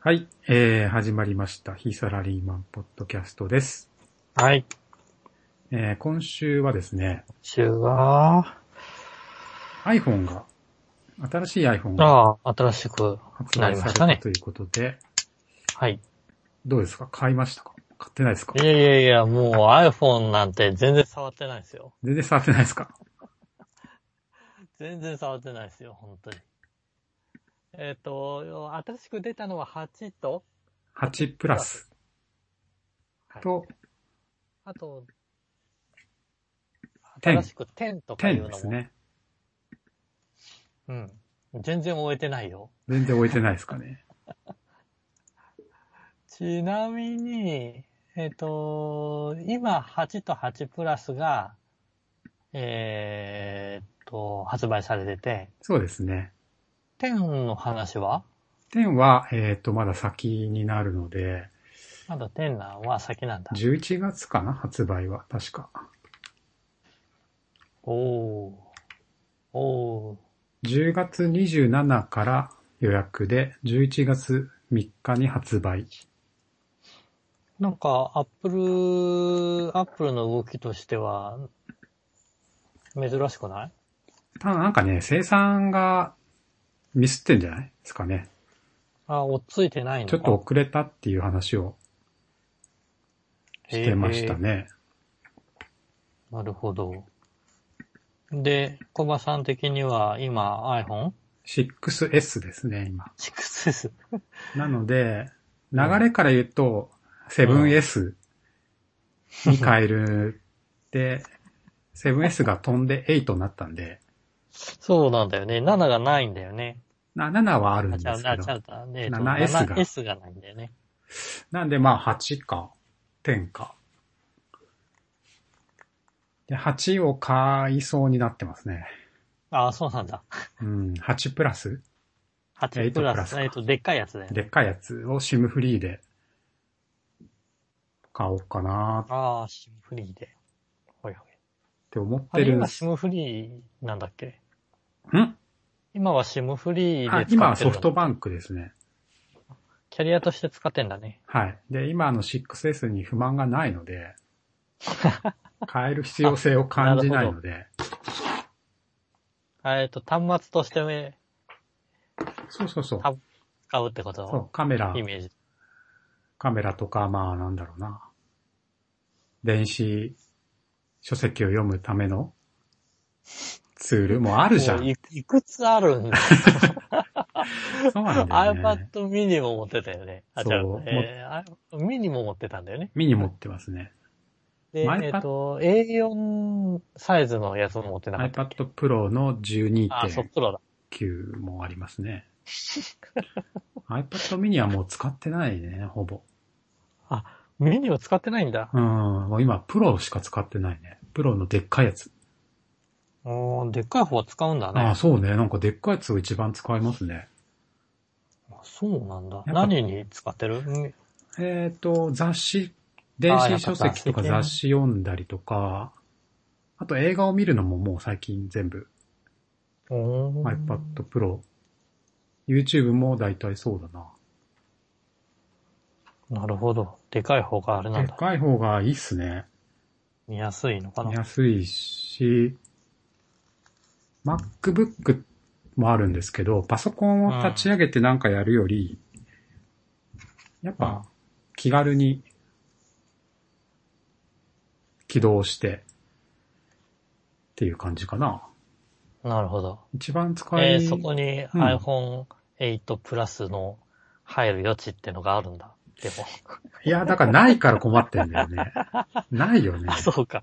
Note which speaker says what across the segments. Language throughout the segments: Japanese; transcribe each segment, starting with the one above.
Speaker 1: はい、えー、始まりました。非サラリーマンポッドキャストです。
Speaker 2: はい。
Speaker 1: えー、今週はですね、
Speaker 2: 週は、
Speaker 1: iPhone が、新しい iPhone が
Speaker 2: ああ、新しく
Speaker 1: 発
Speaker 2: な
Speaker 1: 売
Speaker 2: りま
Speaker 1: され
Speaker 2: した
Speaker 1: た
Speaker 2: ね。
Speaker 1: ということで、
Speaker 2: はい。
Speaker 1: どうですか買いましたか買ってないですか
Speaker 2: いやいやいや、もう iPhone なんて全然触ってないですよ。
Speaker 1: 全然触ってないですか
Speaker 2: 全然触ってないですよ、本当に。えっ、と、新しく出たのは8と、
Speaker 1: ?8 プラス
Speaker 2: はい
Speaker 1: と
Speaker 2: あと、
Speaker 1: 10
Speaker 2: 新しく10とかい
Speaker 1: 10
Speaker 2: うの
Speaker 1: で
Speaker 2: も。
Speaker 1: すね。
Speaker 2: うん。全然終えてないよ。
Speaker 1: 全然置いてないですかね。
Speaker 2: ちなみに、えっ、と、今8と8プラスが、えっ、と、発売されてて、
Speaker 1: そうですね。
Speaker 2: 10の話は
Speaker 1: 10は、えっ、と、まだ先になるので、
Speaker 2: まだ10なんは先なんだ。
Speaker 1: 11月かな発売は、確か。
Speaker 2: おー。おー。
Speaker 1: 10月27から予約で、11月3日に発売。
Speaker 2: なんか、アップル、アップルの動きとしては、珍しくない
Speaker 1: ただなんかね、生産がミスってんじゃないですかね。
Speaker 2: あ、追っついてないの
Speaker 1: ち
Speaker 2: か
Speaker 1: ょっと遅れたっていう話をしてましたね。
Speaker 2: なるほど。で、コバさん的には今 iPhone?6
Speaker 1: 6S ですね、今。
Speaker 2: です。
Speaker 1: なので、流れから言うと、7S に変えるで、7S が飛んで8になったんで、
Speaker 2: そうなんだよね。7がないんだよね。
Speaker 1: な7はあるん
Speaker 2: あ、
Speaker 1: で
Speaker 2: ちゃ
Speaker 1: す
Speaker 2: う、
Speaker 1: け
Speaker 2: あ、ちゃ
Speaker 1: ど、
Speaker 2: うだ。ねえっと
Speaker 1: 7S が
Speaker 2: 7S がないんだよね。
Speaker 1: なんでまあ8か、10か。で、8を買いそうになってますね。
Speaker 2: あ、そうなんだ。
Speaker 1: うん、8プラス
Speaker 2: 8
Speaker 1: 8
Speaker 2: プ
Speaker 1: プ
Speaker 2: ラ
Speaker 1: ラス
Speaker 2: ス、
Speaker 1: か
Speaker 2: えっと、でっかいやつだよね。
Speaker 1: でっかいやつを SIM フリーで買おうかなーっ
Speaker 2: ああ、シムフリーで。ほいほい。
Speaker 1: て思っ
Speaker 2: あ
Speaker 1: て
Speaker 2: れ
Speaker 1: るん
Speaker 2: 今
Speaker 1: で
Speaker 2: シ
Speaker 1: す。
Speaker 2: ムフリーなんだっけ
Speaker 1: ん
Speaker 2: 今はシムフリー
Speaker 1: あ
Speaker 2: で使ってるんだ
Speaker 1: 今はソフトバンクですね。
Speaker 2: キャリアとして使ってんだね。
Speaker 1: はい。で、今の 6S に不満がないの で、変える必要性を感じないので、
Speaker 2: あえっと、端末としてね
Speaker 1: そうそうそう。
Speaker 2: あ使うってこ
Speaker 1: そ
Speaker 2: と
Speaker 1: うカメラ
Speaker 2: イ、メージ。
Speaker 1: カメラとか、まあなんだろうな。電子書籍を読むためのツールもあるじゃ。
Speaker 2: もうんいいくつあるんだ
Speaker 1: そうなんだよね。
Speaker 2: iPad mini も持ってたよね。あ、違
Speaker 1: そう
Speaker 2: う。えー、mini も持ってたんだよね。
Speaker 1: ミニ持ってますね。
Speaker 2: で、
Speaker 1: iPad
Speaker 2: えっ、と、A4 サイズのやつも持ってなかった。
Speaker 1: iPad Pro の
Speaker 2: あ、そう、
Speaker 1: 12.9
Speaker 2: プロだ。
Speaker 1: もありますね。iPad mini はもう使ってないね、ほぼ。
Speaker 2: mini を使ってないんだ。
Speaker 1: うん、もう今 Pro しか使ってないね。Pro のでっかいやつ。
Speaker 2: おーでっかい方は使うんだね。
Speaker 1: ああ、そうね。なんかでっかいやつを一番使いますね。
Speaker 2: あそうなんだ。
Speaker 1: ぱ
Speaker 2: 何に使ってるん
Speaker 1: えっ、と、雑誌、電子書籍とか雑誌読んだりとか、あと映画を見るのももう最近全部
Speaker 2: おー
Speaker 1: iPad Pro、YouTube も大体そうだな。
Speaker 2: なるほど。でかい方があれな
Speaker 1: で
Speaker 2: ん
Speaker 1: っ
Speaker 2: だ。
Speaker 1: かい方がいいっすね。
Speaker 2: 見やすいのかな。
Speaker 1: 安いし、MacBook もあるんですけど、パソコンを立ち上げてなんかやるより、やっぱ気軽に起動してっていう感じかな。
Speaker 2: なるほど。
Speaker 1: 一番使い、
Speaker 2: えーそこに
Speaker 1: うん
Speaker 2: iPhone8 プラスの入る余地ってのがあるんだ。でも。
Speaker 1: いや、だからないから困ってんだよ ね。ないよね
Speaker 2: あ、。そうか。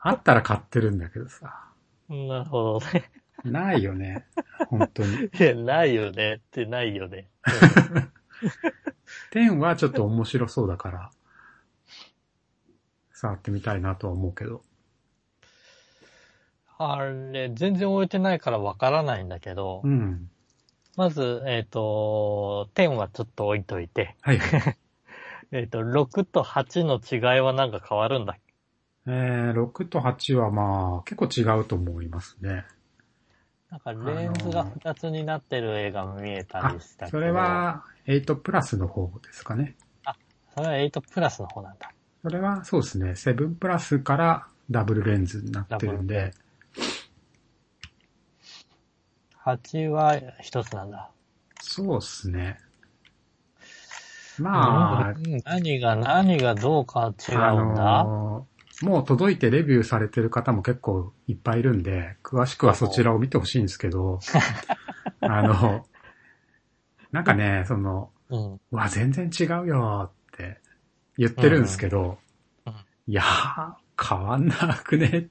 Speaker 1: あったら買ってるんだけどさ。
Speaker 2: なるほど ね。
Speaker 1: ないよね。本当に。
Speaker 2: いや、ないよねってないよ ね。
Speaker 1: 10はちょっと面白そうだから、触ってみたいなとは思うけど。
Speaker 2: あれ、全然置いてないからわからないんだけど
Speaker 1: う、ん。
Speaker 2: まず、えっ、と、10はちょっと置いといて、
Speaker 1: はい。
Speaker 2: えっ、と、6と8の違いはなんか変わるんだっけ
Speaker 1: えー、6と8はまあ、結構違うと思いますね。
Speaker 2: なんかレンズが二つになってる映画も見えたりしたけど。
Speaker 1: それ、は8プラスの方ですかね。
Speaker 2: それは8プラスの方なんだ。
Speaker 1: それはそうですね、7プラスからダブルレンズになってるんで、
Speaker 2: 8は一つなんだ。
Speaker 1: そうですね。まあ、
Speaker 2: うん何が、何がどうか違うんだ、
Speaker 1: あのーもう届いてレビューされてる方も結構いっぱいいるんで、詳しくはそちらを見てほしいんですけ ど、あの、なんかね、その、
Speaker 2: うん。
Speaker 1: うわ、全然違うよって言ってるんですけど、
Speaker 2: うんうん
Speaker 1: いやー、変わんなくね って。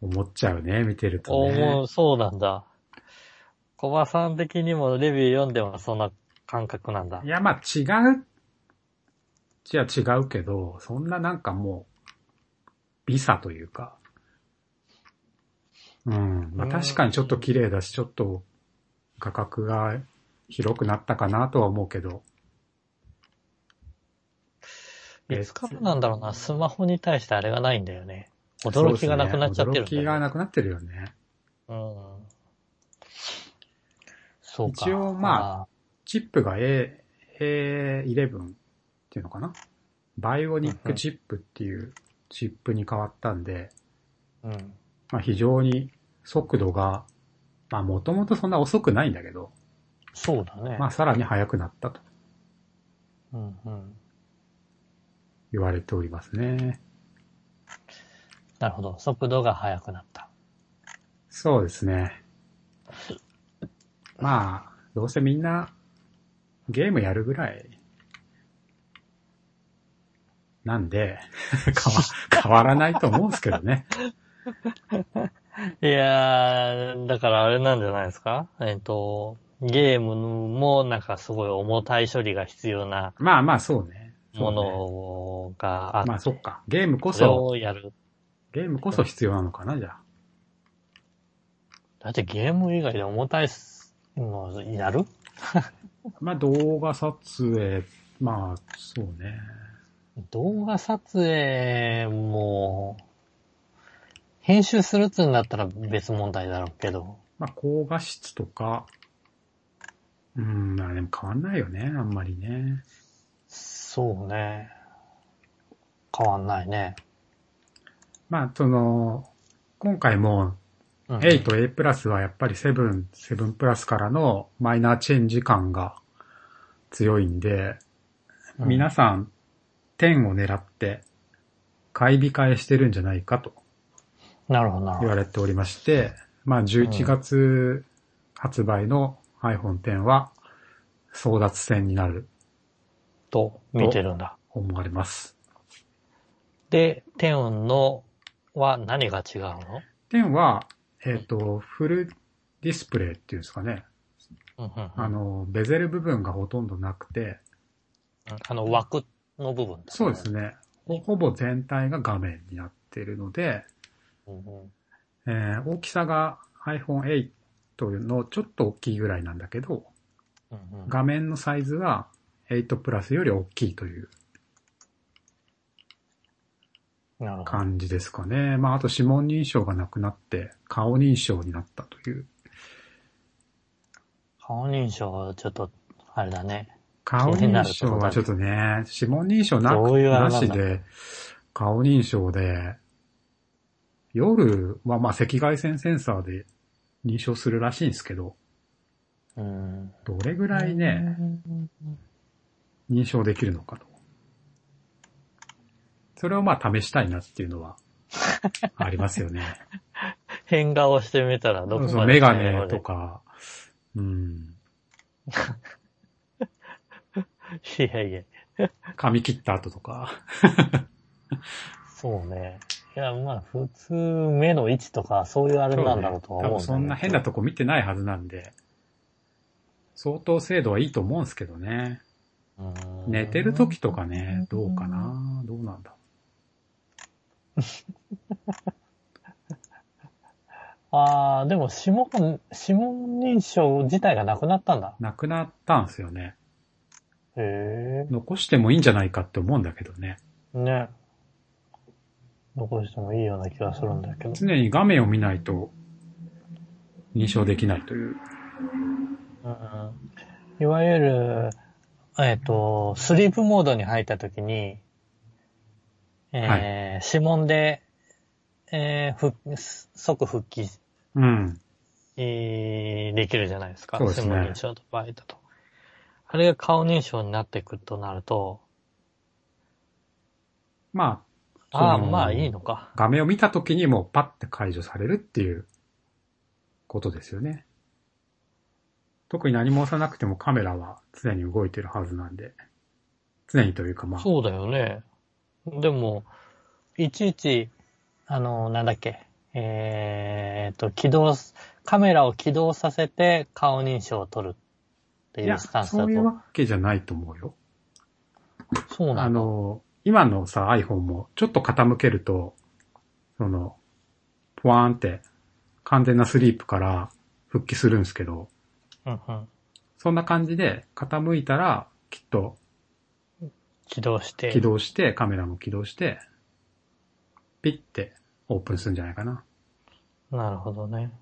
Speaker 1: 思っちゃうね、見てると
Speaker 2: 思
Speaker 1: ね。
Speaker 2: う、そうなんだ。小バさん的にもレビュー読んでもそんな感覚なんだ
Speaker 1: い。や、まあ違う、じゃ違うけど、そんななんかもう、美さというか。うん。まあ
Speaker 2: うん
Speaker 1: 確かにちょっと綺麗だし、ちょっと画角が広くなったかなとは思うけど、
Speaker 2: いつからなんだろうな、スマホに対してあれがないんだよね。驚きがなくなっちゃってるん
Speaker 1: そうですね
Speaker 2: だよ
Speaker 1: 驚きが
Speaker 2: ね
Speaker 1: なくなってるよね。
Speaker 2: うん。そうか。
Speaker 1: 一応まチップが A、A11 っていうのかなバイオニックチップっていうチップに変わったんで、
Speaker 2: あ。うん。
Speaker 1: まあ非常に速度が、まあもともとそんな遅くないんだけど、
Speaker 2: そうだね。
Speaker 1: まあさらに速くなったと
Speaker 2: うんうん。
Speaker 1: 言われておりますね。
Speaker 2: なるほど。速度が速くなった。
Speaker 1: そうですね。まあ、どうせみんなゲームやるぐらいなんで、 変わ変わらないと思うんですけどね。
Speaker 2: いやー、だからあれなんじゃないですかえっと、ゲームもなんかすごい重たい処理が必要な
Speaker 1: まあまあそうね。そう
Speaker 2: も
Speaker 1: ね
Speaker 2: のがあって、
Speaker 1: まあそっか。ゲームこ
Speaker 2: それ
Speaker 1: そ、
Speaker 2: をやる。
Speaker 1: ゲームこそ必要なのかな、じゃあ。
Speaker 2: だってゲーム以外で重たいのやる
Speaker 1: まあ動画撮影、まあそうね。
Speaker 2: 動画撮影も、編集するっつうんだったら別問題だろうけど。
Speaker 1: まあ高画質とか、うん、まあでも変わんないよね、あんまりね。
Speaker 2: そうね。変わんないね。
Speaker 1: まあその、今回も
Speaker 2: うん
Speaker 1: A と A プラスはやっぱり7、7プラスからのマイナーチェンジ感が強いんで、
Speaker 2: うん
Speaker 1: 皆さん10を狙って買い控えしてるんじゃないかと
Speaker 2: なるほど、なる
Speaker 1: 言わ
Speaker 2: ほ
Speaker 1: れておりまして、まあ11月発売の iPhone X は争奪戦になる
Speaker 2: ど。と、見てるんだ。
Speaker 1: 思われます。
Speaker 2: で、テオンのは何が違うの
Speaker 1: 10は、えっ、と、フルディスプレイっていうんですかね。
Speaker 2: うんうんうん
Speaker 1: あの、ベゼル部分がほとんどなくて、
Speaker 2: あの枠の部分だ、
Speaker 1: そうですね。ほほぼ全体が画面になっているので、
Speaker 2: うんうん。
Speaker 1: えー大きさが iPhone8 のちょっと大きいぐらいなんだけど、
Speaker 2: うんうん
Speaker 1: 画面のサイズは8プラスより大きいという
Speaker 2: なるほど。
Speaker 1: 感じですかね。まあ、あと指紋認証がなくなって、顔認証になったという。
Speaker 2: 顔認証はちょっと、あれだね。
Speaker 1: 顔認証はちょっとね、指紋認証な
Speaker 2: ど
Speaker 1: く
Speaker 2: ういうあれ
Speaker 1: な
Speaker 2: な
Speaker 1: ん
Speaker 2: だ
Speaker 1: しで、顔認証で、夜はまあ赤外線センサーで認証するらしいんですけど、
Speaker 2: うん。
Speaker 1: どれぐらいね、
Speaker 2: うん
Speaker 1: 認証できるのかと。それをまあ試したいなっていうのはありますよね。
Speaker 2: 変顔してみた らどこまで
Speaker 1: そのメガネとか、うん、
Speaker 2: いやいや、
Speaker 1: 髪切った後とか。
Speaker 2: そうね。いや、まあ、普通、目の位置とか、そういうあれなんだろうとは思うんだ、
Speaker 1: 多分そんな変なとこ見てないはずなんで、相当精度はいいと思うんですけどね。
Speaker 2: うん
Speaker 1: 寝てる時とかね、どうか。などうなんだ
Speaker 2: ああ、でも指紋、指紋認証自体がなくなったんだ。
Speaker 1: なくなったんすよね。
Speaker 2: へ
Speaker 1: 残してもいいんじゃないかって思うんだけどね。
Speaker 2: え。ね。残してもいいような気がするんだけど。
Speaker 1: 常に画面を見ないと認証できないという。
Speaker 2: うん、いわゆる、えっ、と、スリープモードに入った時に、えー指紋で、えー復即復帰、
Speaker 1: うん。
Speaker 2: えーできるじゃないですか。
Speaker 1: そうですね
Speaker 2: 指紋認証とバイトと。あれが顔認証になってくるとなると、
Speaker 1: まあ、
Speaker 2: ああ、
Speaker 1: その
Speaker 2: まあいいのか。
Speaker 1: 画面を見た時にもうパッて解除されるっていうことですよね。特に何も押さなくてもカメラは常に動いてるはずなんで。常にというかまあ、
Speaker 2: そうだよね。でも、いちいち、あの、なんだっけ、えーっと、起動す、カメラを起動させて顔認証を取るって
Speaker 1: い
Speaker 2: い
Speaker 1: や、
Speaker 2: うスタンス
Speaker 1: そ
Speaker 2: だ
Speaker 1: ういう
Speaker 2: と。
Speaker 1: わけじゃないと思うよ。
Speaker 2: そうな
Speaker 1: あ
Speaker 2: の。
Speaker 1: の、今のさ、iPhone もちょっと傾けると、その、ポワーンって完全なスリープから復帰するんですけど、
Speaker 2: うんうん。
Speaker 1: そんな感じで傾いたら、きっと
Speaker 2: 起動して。
Speaker 1: 起動して、カメラも起動して、ピッてオープンするんじゃないかな。
Speaker 2: なるほどね。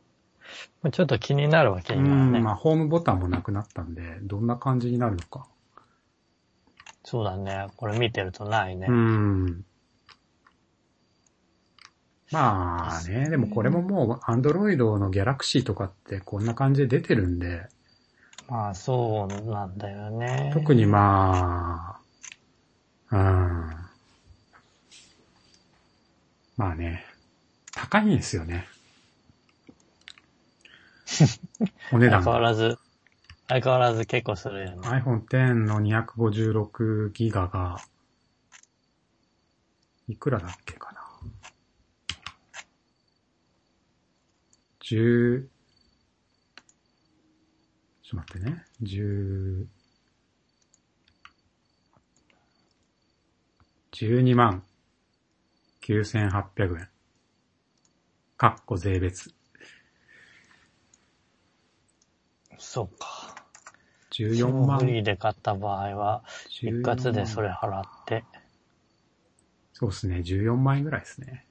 Speaker 2: まあちょっと気になるわけ
Speaker 1: う
Speaker 2: にはね。
Speaker 1: ん、まあホームボタンもなくなったんで、どんな感じになるのか。
Speaker 2: そうだね。これ見てるとないね。
Speaker 1: うん。まあね、でもこれももう、アンドロイドのギャラクシーとかってこんな感じで出てるんで、
Speaker 2: まあそうなんだよね。
Speaker 1: 特にまあ、うん。まあね、高いんですよ ね。お値
Speaker 2: 相
Speaker 1: 段
Speaker 2: 変わ
Speaker 1: が。
Speaker 2: らず、相変わらず結構するよね。
Speaker 1: iPhone X の256ギガが、いくらだっけかな。10、ちょっと待ってね。10、12万9800円。かっこ税別。
Speaker 2: そうか。
Speaker 1: 14
Speaker 2: フリ
Speaker 1: 万。
Speaker 2: ーで買った場合は、一括でそれ払って、
Speaker 1: そうですね。14万円ぐらいですね。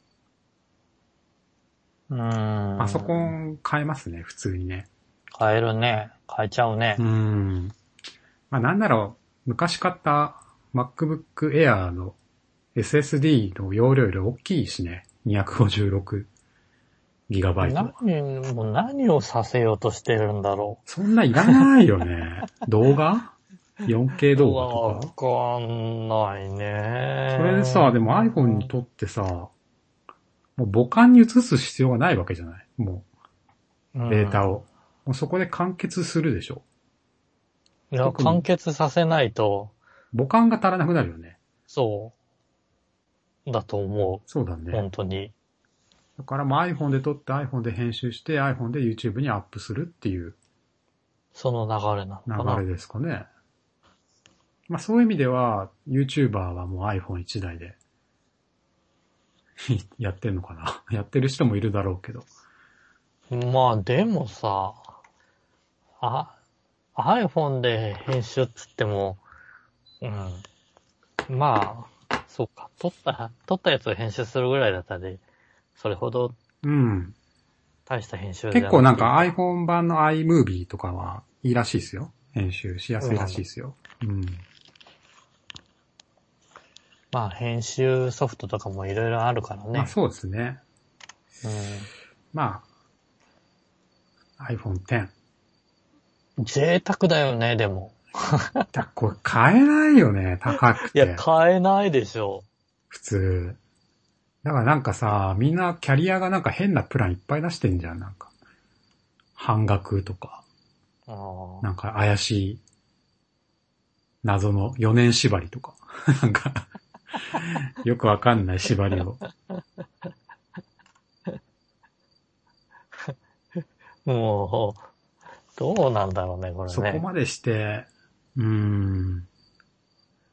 Speaker 2: うーん。
Speaker 1: パソコ。ン買えますね、普通にね。
Speaker 2: 買えるね。買えちゃうね
Speaker 1: う。ん。まあなんなら、昔買った MacBook Air の SSD の容量より大きいしね。256GB。
Speaker 2: 何、もう何をさせようとしてるんだろ
Speaker 1: そんないらないよ ね。動画
Speaker 2: う。
Speaker 1: ?4K 動画
Speaker 2: わ
Speaker 1: とか。
Speaker 2: かんないね。
Speaker 1: それでさ、でも iPhone にとってさ、もう母艦に移す必要がないわけじゃないもう、データ
Speaker 2: を。
Speaker 1: を。もうそこで完結するでしょ。
Speaker 2: いや、
Speaker 1: 特に
Speaker 2: 完結させないと、
Speaker 1: 母艦が足らなくなるよね。
Speaker 2: そう。だと思
Speaker 1: そうだね。
Speaker 2: う。本当に。
Speaker 1: だからまあ iPhone で撮って iPhone で編集して iPhone で YouTube にアップするっていう
Speaker 2: その流れなのかな。
Speaker 1: 流れですかね。まあそういう意味では YouTuber はもう iPhone1 台で やってんのかな。 やってる人もいるだろうけど。
Speaker 2: まあでもさ、あ、iPhone で編集っつっても、うん。まあ、そうか。撮った、撮ったやつを編集するぐらいだったで、それほど
Speaker 1: うん。
Speaker 2: 大した編集じゃ
Speaker 1: 結構なんか
Speaker 2: く
Speaker 1: iPhone 版の iMovie とかはいいらしいですよ。編集しやすいらしいですよ。うん。
Speaker 2: てまあ編集ソフトとかもいろいろあるから
Speaker 1: まあ
Speaker 2: ね。
Speaker 1: そうですね。まあ iPhone X。
Speaker 2: うん。贅沢だよね、でも。
Speaker 1: だこれ買えないよね、高く
Speaker 2: い
Speaker 1: て。
Speaker 2: や、買えないでしょ。
Speaker 1: 普通。だからなんかさ、みんなキャリアがなんか変なプランいっぱい出してんじゃん、なんか。半額とか、
Speaker 2: あー
Speaker 1: なんか怪しい、謎の4年縛りとか。 なんか、よくわかんない縛りを。
Speaker 2: もう、どうなんだろうね、これね。
Speaker 1: そこまでして、うーん。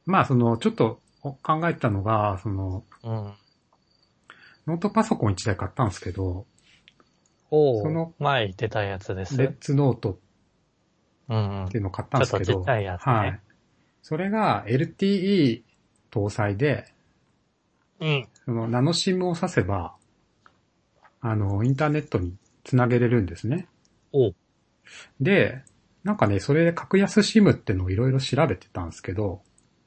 Speaker 1: まあその、ちょっと考えてたのが、その、
Speaker 2: うん。
Speaker 1: ノートパソコン1台買ったんですけど、
Speaker 2: おう
Speaker 1: その
Speaker 2: 前言ってたやつです。
Speaker 1: レッツノート
Speaker 2: うんうん
Speaker 1: って。いうのを買ったんですけど。
Speaker 2: ちょっとちっちゃいやつね
Speaker 1: はい。それが LTE 搭載で、
Speaker 2: うん。
Speaker 1: そのナノシムを挿せば、あの、インターネットにつなげれるんですね。
Speaker 2: おう。
Speaker 1: で、なんかね、それで格安シムってのをいろいろ調べてたんですけど、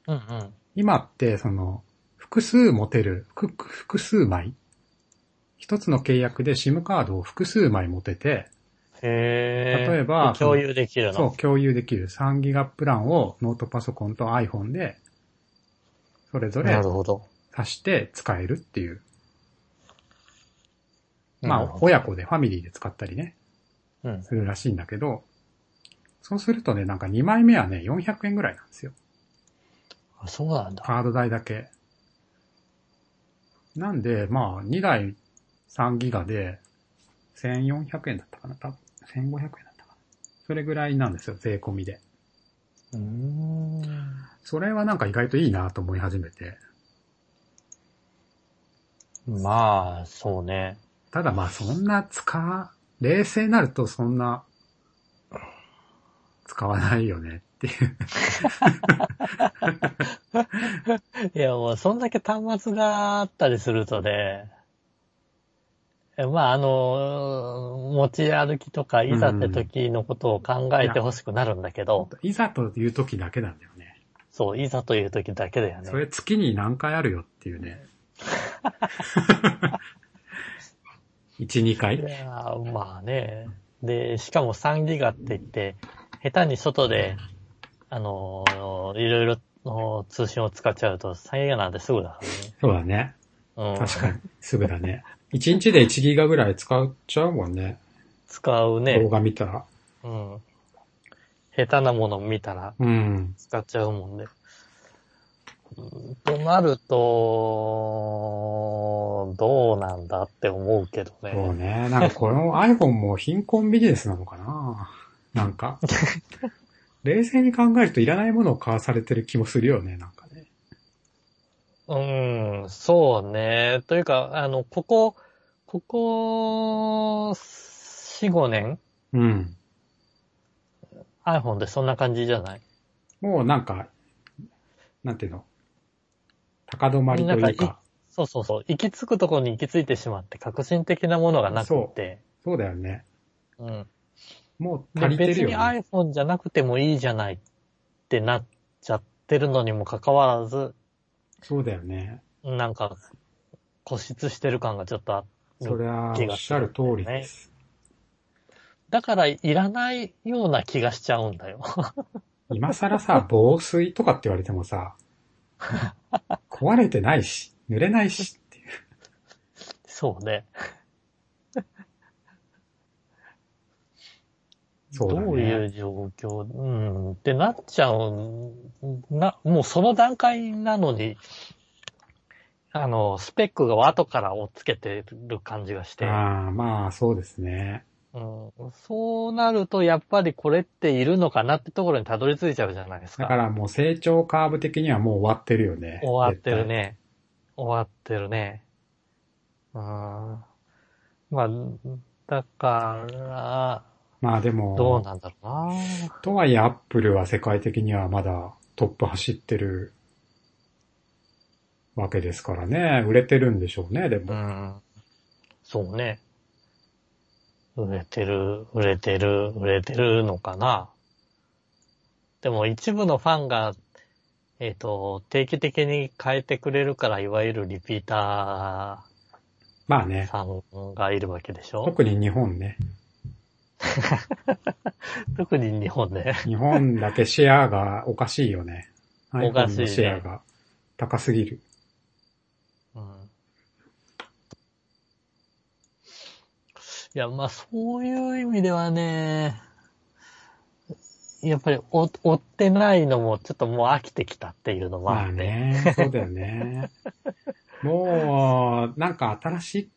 Speaker 2: うんうん。
Speaker 1: 今ってその、複数持てる、複複数枚一つの契約で SIM カードを複数枚持てて、
Speaker 2: へえ。
Speaker 1: 例えば
Speaker 2: 共有できるの。
Speaker 1: そう、共有できる3ギガプランをノートパソコンと iPhone で、それぞれ
Speaker 2: なるほど。
Speaker 1: 挿して使えるっていう。
Speaker 2: な
Speaker 1: ま
Speaker 2: る
Speaker 1: あ、
Speaker 2: ほど
Speaker 1: 親子でファミリーで使ったりね、
Speaker 2: うん。
Speaker 1: するらしいんだけど、そうするとね、なんか2枚目はね、400円ぐらいなんですよ。
Speaker 2: あ、そうなんだ。
Speaker 1: カード代だけ。なんで、まあ、2台3ギガで、1400円だったかな多分、1500円だったかなそれぐらいなんですよ、税込みで。
Speaker 2: うーん。
Speaker 1: それはなんか意外といいなと思い始めて。
Speaker 2: まあ、そうね。
Speaker 1: ただまあ、そんな使、冷静になるとそんな、使わないよねっていう。
Speaker 2: いや、もう、そんだけ端末があったりするとね、えまあ、あの、持ち歩きとか、いざって時のことを考えてほしくなるんだけど、
Speaker 1: いざという時だけなんだよね。
Speaker 2: そう、いざという時だけだよね。
Speaker 1: それ月に何回あるよっていう ね。1、2
Speaker 2: い
Speaker 1: 回。
Speaker 2: やーまあね。で、しかも3ギガって言って、下手に外で、あのーいろいろの通信を使っちゃうと3ギガなんてすぐだか
Speaker 1: そうだね。
Speaker 2: らね。うん。
Speaker 1: 確かに。すぐだね。1日で1ギガぐらい使っちゃうもんね。
Speaker 2: 使う
Speaker 1: 動
Speaker 2: ね。
Speaker 1: 画見たら。
Speaker 2: うん。下手なもの見たら
Speaker 1: うん。
Speaker 2: 使っちゃうもんで。うんとなると、どうなんだって思うけど
Speaker 1: そう
Speaker 2: ね。
Speaker 1: ね。なんかこの iPhone も貧困ビジネスなのかななん か。冷静に考えるといらないものを買わされてる気もするよね、なんかね。
Speaker 2: うん、そうね。というか、あの、ここ、ここ、4、5年
Speaker 1: うん。
Speaker 2: iPhone でそんな感じじゃない
Speaker 1: もうなんか、なんていうの高止まりという
Speaker 2: なんかい
Speaker 1: か。
Speaker 2: そうそうそう。行き着くところに行き着いてしまって、革新的なものがなくて。
Speaker 1: そうだよね。
Speaker 2: うん。
Speaker 1: もう
Speaker 2: で、
Speaker 1: 足りてる
Speaker 2: 別
Speaker 1: よ
Speaker 2: に
Speaker 1: ね。
Speaker 2: iPhone じゃなくてもいいじゃないってなっちゃってるのにもかかわらず、
Speaker 1: そうだよね。
Speaker 2: なんか、固執してる感がちょっとある
Speaker 1: それはおっしゃる通りです。
Speaker 2: だから、いらないような気がしちゃうんだよ。
Speaker 1: 今更さ、防水とかって言われても さ、壊れてないし、濡れないしっていう。
Speaker 2: そうね。
Speaker 1: そうだね。
Speaker 2: どういう状況、うん、ってなっちゃう、な、もうその段階なのに、あの、スペックが後から追っつけてる感じがして、
Speaker 1: ああ、まあそうですね。
Speaker 2: うん、そうなるとやっぱりこれっているのかなってところにたどり着いちゃうじゃないです
Speaker 1: だ
Speaker 2: か。
Speaker 1: からもう成長カーブ的にはもう終わってるよね。
Speaker 2: 終わってるね。終わってるね。うん。まあ、だから、
Speaker 1: 絶対。まあでも、
Speaker 2: どうなんだろうな。
Speaker 1: とはいえアップルは世界的にはまだトップ走ってるわけですからね。売れてるんでしょうね、で
Speaker 2: う
Speaker 1: も。
Speaker 2: ん。そうね。売れてる、売れてる、売れてるのかな。でも一部のファンが、えっ、と、定期的に変えてくれるから、いわゆるリピータ
Speaker 1: まあ
Speaker 2: ー
Speaker 1: ね。
Speaker 2: さんがいるわけでしょ
Speaker 1: 特に日本ね。
Speaker 2: 特に日本ね。
Speaker 1: 日本だけシェアがおかしいよね。
Speaker 2: おかしい
Speaker 1: iPhone
Speaker 2: ね
Speaker 1: のシェアが高すぎる。
Speaker 2: うんいや、まあ、そういう意味ではね、やっぱり追追ってないのもちょっともう飽きてきたっていうのも
Speaker 1: ま
Speaker 2: あ
Speaker 1: あ
Speaker 2: って。
Speaker 1: ね、そうだよね。もう、なんか新し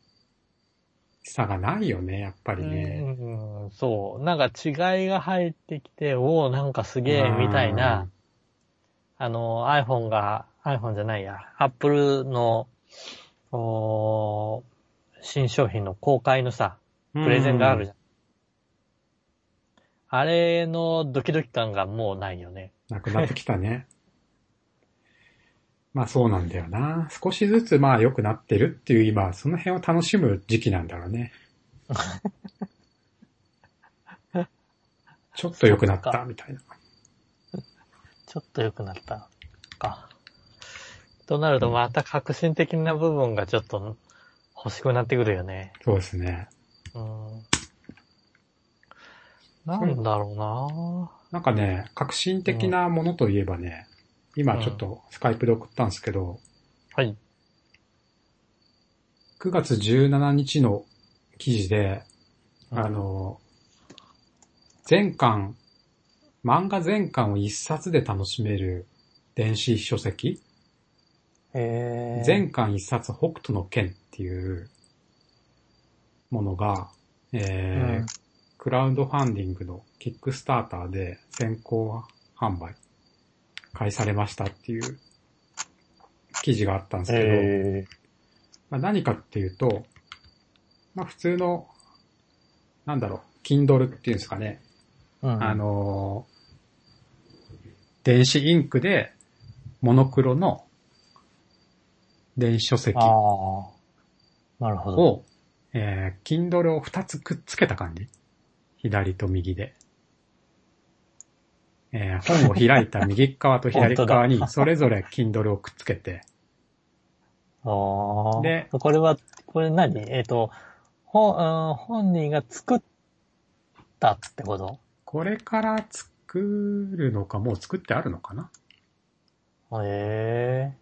Speaker 1: さがないよね、やっぱりね。
Speaker 2: うんうんそう。なんか違いが入ってきて、おおなんかすげえ、みたいな、あの、iPhone が、iPhone じゃないや、Apple の、おー新商品の公開のさ、
Speaker 1: うん。
Speaker 2: プレゼンがあるじ
Speaker 1: ゃ
Speaker 2: ゃん。あれのドキドキ感がもうないよね。
Speaker 1: ん。なくなってきたね。 まあそうなんだよな。少しずつまあ良くなってるっていう今、その辺を楽しむ時期なんだろう ね。ちょっと良くなっ
Speaker 2: そっか
Speaker 1: たみたいな。
Speaker 2: ちょっと良くなったか。となるとまた革新的な部分がちょっと欲しくなってくるよね。
Speaker 1: そうですね。
Speaker 2: うん。なんだろ
Speaker 1: なんかね、革新的なものといえばね、今ちょっとスカイプで送ったんですけど、
Speaker 2: うなはい。
Speaker 1: 9月17日の記事で、あ、の、全巻、漫画全巻を一冊で楽しめる電子書籍、
Speaker 2: えー、
Speaker 1: 全巻一冊北斗の剣っていうものが、えー
Speaker 2: うん
Speaker 1: クラウドファンディングのキックスターターで先行販売、開始されましたっていう記事があったんですけど、
Speaker 2: え
Speaker 1: まあ、何かっていうと、まあ普通の、なんだろう、Kindle っていうんですかね、
Speaker 2: ーうん、
Speaker 1: あ、のー電子インクで、モノクロの電子書籍
Speaker 2: ああ。なるほど。
Speaker 1: を、えー、Kindle を2つくっつけた感じ。左と右で。えー本を開いた右側と左側
Speaker 2: 本当
Speaker 1: に、
Speaker 2: だ
Speaker 1: それぞれ Kindle をくっつけて、
Speaker 2: ああ。
Speaker 1: で
Speaker 2: これは、これ何えっ、と、本、うん本人が作ったってこと
Speaker 1: これから作るのか、もう作ってあるのかな
Speaker 2: え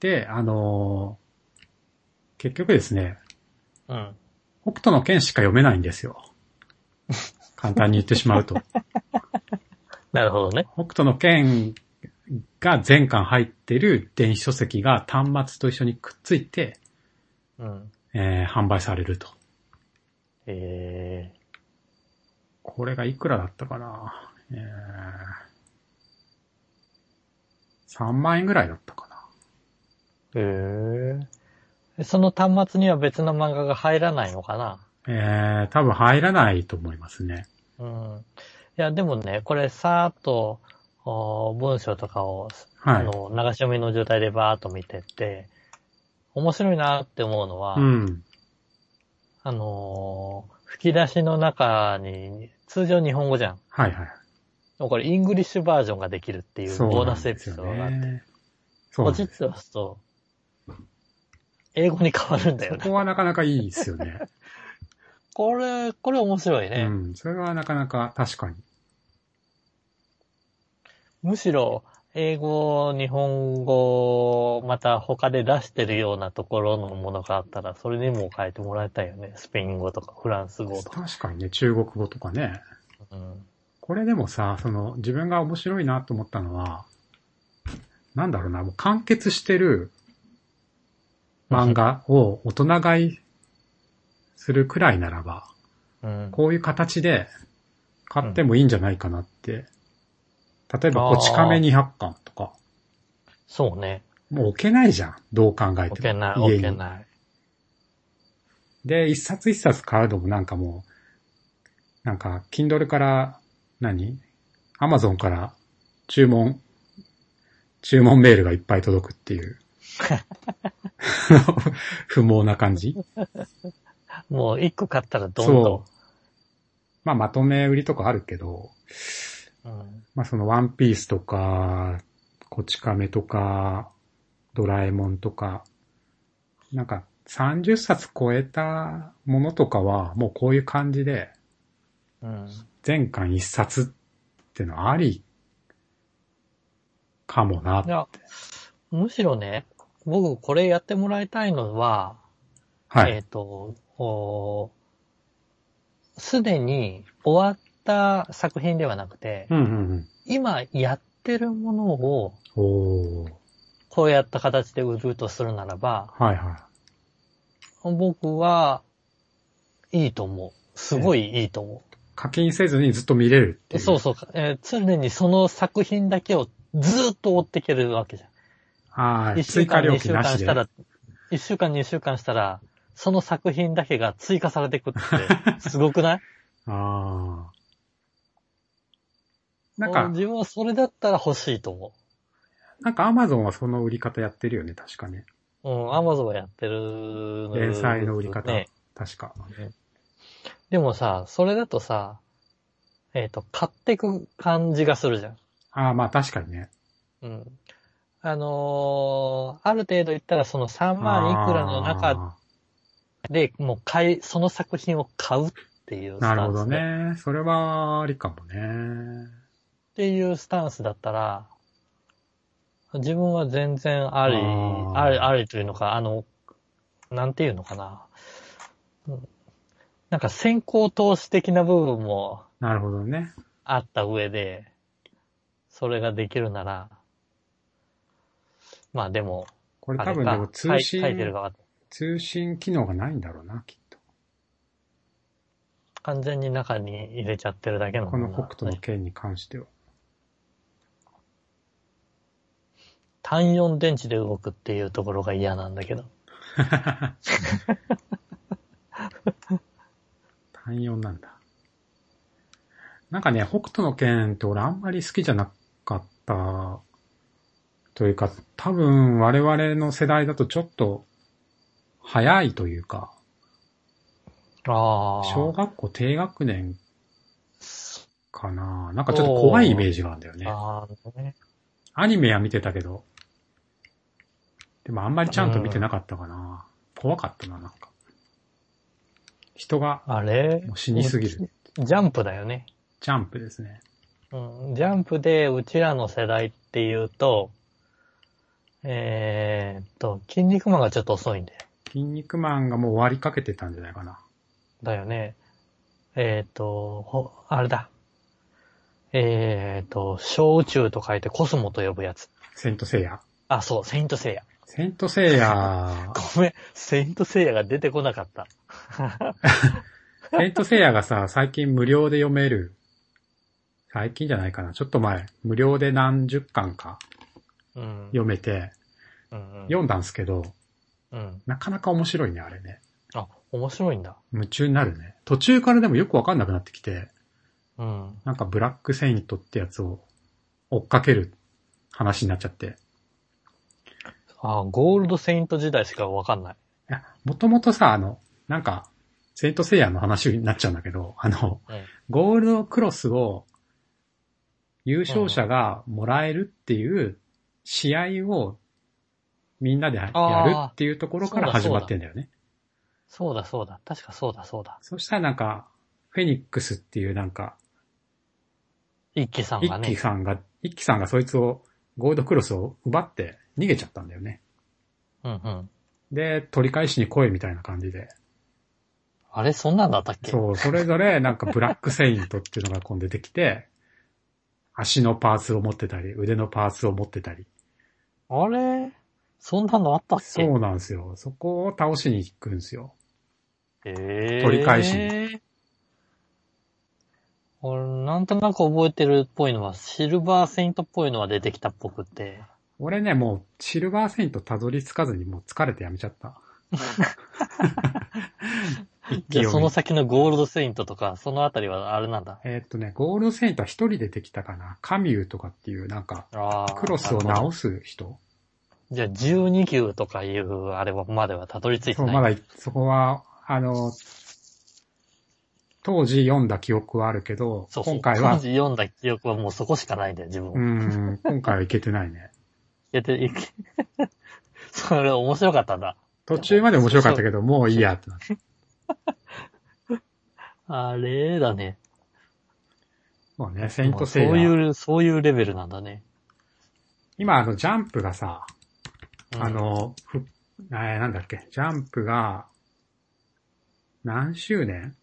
Speaker 1: で、あのー結局ですね、
Speaker 2: えうん。
Speaker 1: 北斗の剣しか読めないんですよ。簡単に言ってしまうと。
Speaker 2: なるほどね。
Speaker 1: 北斗の剣が全巻入ってる電子書籍が端末と一緒にくっついて、
Speaker 2: うん。
Speaker 1: えー販売されると。
Speaker 2: ええ
Speaker 1: これがいくらだったかな、えー、3万円ぐらいだったかな
Speaker 2: ええその端末には別の漫画が入らないのかな
Speaker 1: えー、多分入らないと思いますね。
Speaker 2: うん。いや、でもね、これさーっと、おー文章とかを、
Speaker 1: は
Speaker 2: あ
Speaker 1: い。
Speaker 2: の、流し読みの状態でバーっと見てって、面白いなって思うのは、
Speaker 1: うん。
Speaker 2: あのー吹き出しの中に、通常日本語じゃん。
Speaker 1: はいはい。
Speaker 2: でもこれ、イングリッシュバージョンができるっていうボーナスエピソードがあって、
Speaker 1: ね。そうな
Speaker 2: ポ
Speaker 1: ん
Speaker 2: チッ
Speaker 1: です
Speaker 2: と押すと、英語に変わるんだよ
Speaker 1: そ
Speaker 2: ね。
Speaker 1: こはなかなかいいですよ ね。
Speaker 2: これ、これ面白いね。
Speaker 1: うん。それはなかなか確かに。
Speaker 2: むしろ、英語、日本語、また他で出してるようなところのものがあったら、それにも変えてもらいたいよね。スペイン語とかフランス語とか。
Speaker 1: 確かにね、中国語とかね。
Speaker 2: うん。
Speaker 1: これでもさ、その自分が面白いなと思ったのは、なんだろうな、もう完結してる漫画を大人買いするくらいならば、
Speaker 2: うん。
Speaker 1: こういう形で買ってもいいんじゃないかなって。例えば、こち亀200巻とか、
Speaker 2: そうね。
Speaker 1: もう置けないじゃん、どう考えても。
Speaker 2: 置けない、
Speaker 1: 家
Speaker 2: 置
Speaker 1: に
Speaker 2: けない。
Speaker 1: で、一冊一冊買うのもなんかもう、なんか、Kindle から、何 ?Amazon から注文、注文メールがいっぱい届くっていう。 不毛な感じ
Speaker 2: もう一個買ったらどんどん。
Speaker 1: そう。まあ、まとめ売りとかあるけど、
Speaker 2: うん
Speaker 1: まあ、そのワンピースとか、こち亀とか、ドラえもんとか、なんか30冊超えたものとかは、もうこういう感じで、
Speaker 2: うん。。
Speaker 1: 全巻一冊ってのはありかもない
Speaker 2: や、むしろね、僕これやってもらいたいのは、
Speaker 1: は
Speaker 2: え
Speaker 1: い
Speaker 2: っ、。と、おーすでに終わった作品ではなくて、
Speaker 1: うんうんうん。
Speaker 2: 今やってるものを
Speaker 1: おー。
Speaker 2: こうやった形で売るとするならば、
Speaker 1: はいは
Speaker 2: 僕はいいと思う。すごいいいと思
Speaker 1: い。課金せずにずっと見れるって
Speaker 2: う。
Speaker 1: いう。
Speaker 2: そうそう、えー常にその作品だけをずーっと追っていけるわけじゃん。
Speaker 1: ああ、
Speaker 2: 一週
Speaker 1: 追加
Speaker 2: 間、
Speaker 1: 料
Speaker 2: 二
Speaker 1: 金
Speaker 2: 週
Speaker 1: な
Speaker 2: 間
Speaker 1: し
Speaker 2: し
Speaker 1: で
Speaker 2: た。ら、一週間、二週間したら、その作品だけが追 加されてくって、すごくない
Speaker 1: ああ。なんか、
Speaker 2: 自分はそれだったら欲しいと思
Speaker 1: なんか Amazon はその売り方やってるよね、確かね。
Speaker 2: う。うん、アマゾンはやってるの
Speaker 1: 連載の売り方
Speaker 2: ね。
Speaker 1: 確か。
Speaker 2: でもさ、それだとさ、えっ、と、買ってく感じがするじゃん。
Speaker 1: ああ、まあ確かにね。
Speaker 2: うん。あのーある程度言ったらその3万いくらの中
Speaker 1: あ
Speaker 2: で、もう買い、その作品を買うっていう
Speaker 1: ー
Speaker 2: スタ
Speaker 1: な
Speaker 2: ン
Speaker 1: るほ
Speaker 2: ス。
Speaker 1: ど。ね。それはありかもね。
Speaker 2: っていうスタンスだったら、自分は全然あり、
Speaker 1: あー
Speaker 2: あり、ありというのか、あの、なんていうのかな。うんなんか先行投資的な部分も
Speaker 1: なるほどね。
Speaker 2: あった上で、それができるなら、まあでも、
Speaker 1: これ
Speaker 2: あ
Speaker 1: 多分
Speaker 2: れ
Speaker 1: で
Speaker 2: か
Speaker 1: も通
Speaker 2: タイ
Speaker 1: 信
Speaker 2: タイトルが
Speaker 1: 通信機能がないんだろうな、きっと。
Speaker 2: 完全に中に入れちゃってるだけなの
Speaker 1: こ
Speaker 2: かな
Speaker 1: の北斗の剣に関しては。
Speaker 2: 単4電池で動くっていうところが嫌なんだけど。
Speaker 1: 単4なんだ。なんかね、北斗の剣って俺あんまり好きじゃなかった。というか、多分我々の世代だとちょっと早いというか、
Speaker 2: ああ。
Speaker 1: 小学校低学年かな。なんかちょっと怖いイメージがあるんだよね。
Speaker 2: ああ、ね。
Speaker 1: アニメは見てたけど、でもあんまりちゃんと見てなかったかな。怖かったな、なんか。人が
Speaker 2: あれ
Speaker 1: もう死にすぎる。
Speaker 2: ジャンプだよね。
Speaker 1: ジャンプですね。
Speaker 2: うん。ジャンプで、うちらの世代っていうと、えーっと、筋肉マンがちょっと遅いんだよ。
Speaker 1: 筋肉マンがもう終わりかけてたんじゃないかな。
Speaker 2: だよね。えーっと、ほ、あれだ。えーっと、小宇宙と書いてコスモと呼ぶやつ。
Speaker 1: セントセイヤ。
Speaker 2: あ、そう、セイントセイヤ。
Speaker 1: セントセイヤ、
Speaker 2: ごめん、セイントセイヤが出てこなかった。
Speaker 1: セントセイヤがさ、最近無料で読める。最近じゃないかな。ちょっと前、無料で何十巻か
Speaker 2: うん。
Speaker 1: 読めて、
Speaker 2: うん、うん。
Speaker 1: 読んだんすけど、
Speaker 2: うん。
Speaker 1: なかなか面白いね、あれね。
Speaker 2: あ、面白いんだ。
Speaker 1: 夢中になるね。途中からでもよくわかんなくなってきて、
Speaker 2: うん。
Speaker 1: なんかブラックセイントってやつを追っかける話になっちゃって。
Speaker 2: あ、ゴールドセイント時代しかわかんない。
Speaker 1: いや、もともとさ、あの、なんか、セイントセイヤの話になっちゃうんだけど、あの、
Speaker 2: うん。
Speaker 1: ゴールドクロスを優勝者がもらえるっていう試合をみんなでや
Speaker 2: あ
Speaker 1: る
Speaker 2: ー
Speaker 1: っていうところから始まってんだよね。
Speaker 2: そうだそうだ。確かそうだそうだ。
Speaker 1: そしたらなんか、フェニックスっていうなんか、
Speaker 2: 一輝さん
Speaker 1: 一
Speaker 2: が
Speaker 1: 輝
Speaker 2: ね。
Speaker 1: さんが、一輝さんがそいつを、ゴールドクロスを奪って逃げちゃったんだよね。
Speaker 2: うんうん。
Speaker 1: で、取り返しに来いみたいな感じで。
Speaker 2: あれ、そんなんだったっけ
Speaker 1: そう、それぞれなんかブラックセイントっていうのが今度出てきて、足のパーツを持ってたり、腕のパーツを持ってたり。
Speaker 2: あれそんなのあったっけ
Speaker 1: そうなんですよ。そこを倒しに行くんですよ。
Speaker 2: えー
Speaker 1: 取り返し
Speaker 2: 俺、なんとなく覚えてるっぽいのは、シルバーセイントっぽいのは出てきたっぽくて。
Speaker 1: 俺ね、もうシルバーセイントたどり着かずにもう疲れてやめちゃった。 一気
Speaker 2: じゃあそ
Speaker 1: 読
Speaker 2: の
Speaker 1: み。
Speaker 2: 先のゴールドセイントとか、そのあたりはあれなんだ。
Speaker 1: えーっとね、ゴールドセイントは一人でできたかな。カミューとかっていうなんか、
Speaker 2: あー
Speaker 1: クロスを
Speaker 2: なるほど
Speaker 1: 直す人。
Speaker 2: じゃあ12級とかいう、あれはまではたどり着いて
Speaker 1: そう、
Speaker 2: ない。
Speaker 1: まだい、そこは、あの、当時読んだ記憶はあるけど、
Speaker 2: そうそう
Speaker 1: 今回は
Speaker 2: 当、時読んだ記憶はもうそこしかないんだよ、自分は。
Speaker 1: うーん、 今回はいけてないね。
Speaker 2: いけて、いけ、 それ面白かったんだ。
Speaker 1: 途中まで面白かったけど、もういいやってなって。
Speaker 2: あれだね。
Speaker 1: もうね、セイントセ
Speaker 2: もうそう
Speaker 1: イヤ。
Speaker 2: いう、そういうレベルなんだね。
Speaker 1: 今、あの、ジャンプがさ、
Speaker 2: うん
Speaker 1: あ、の、ふえーなんだっけ、ジャンプが、何周年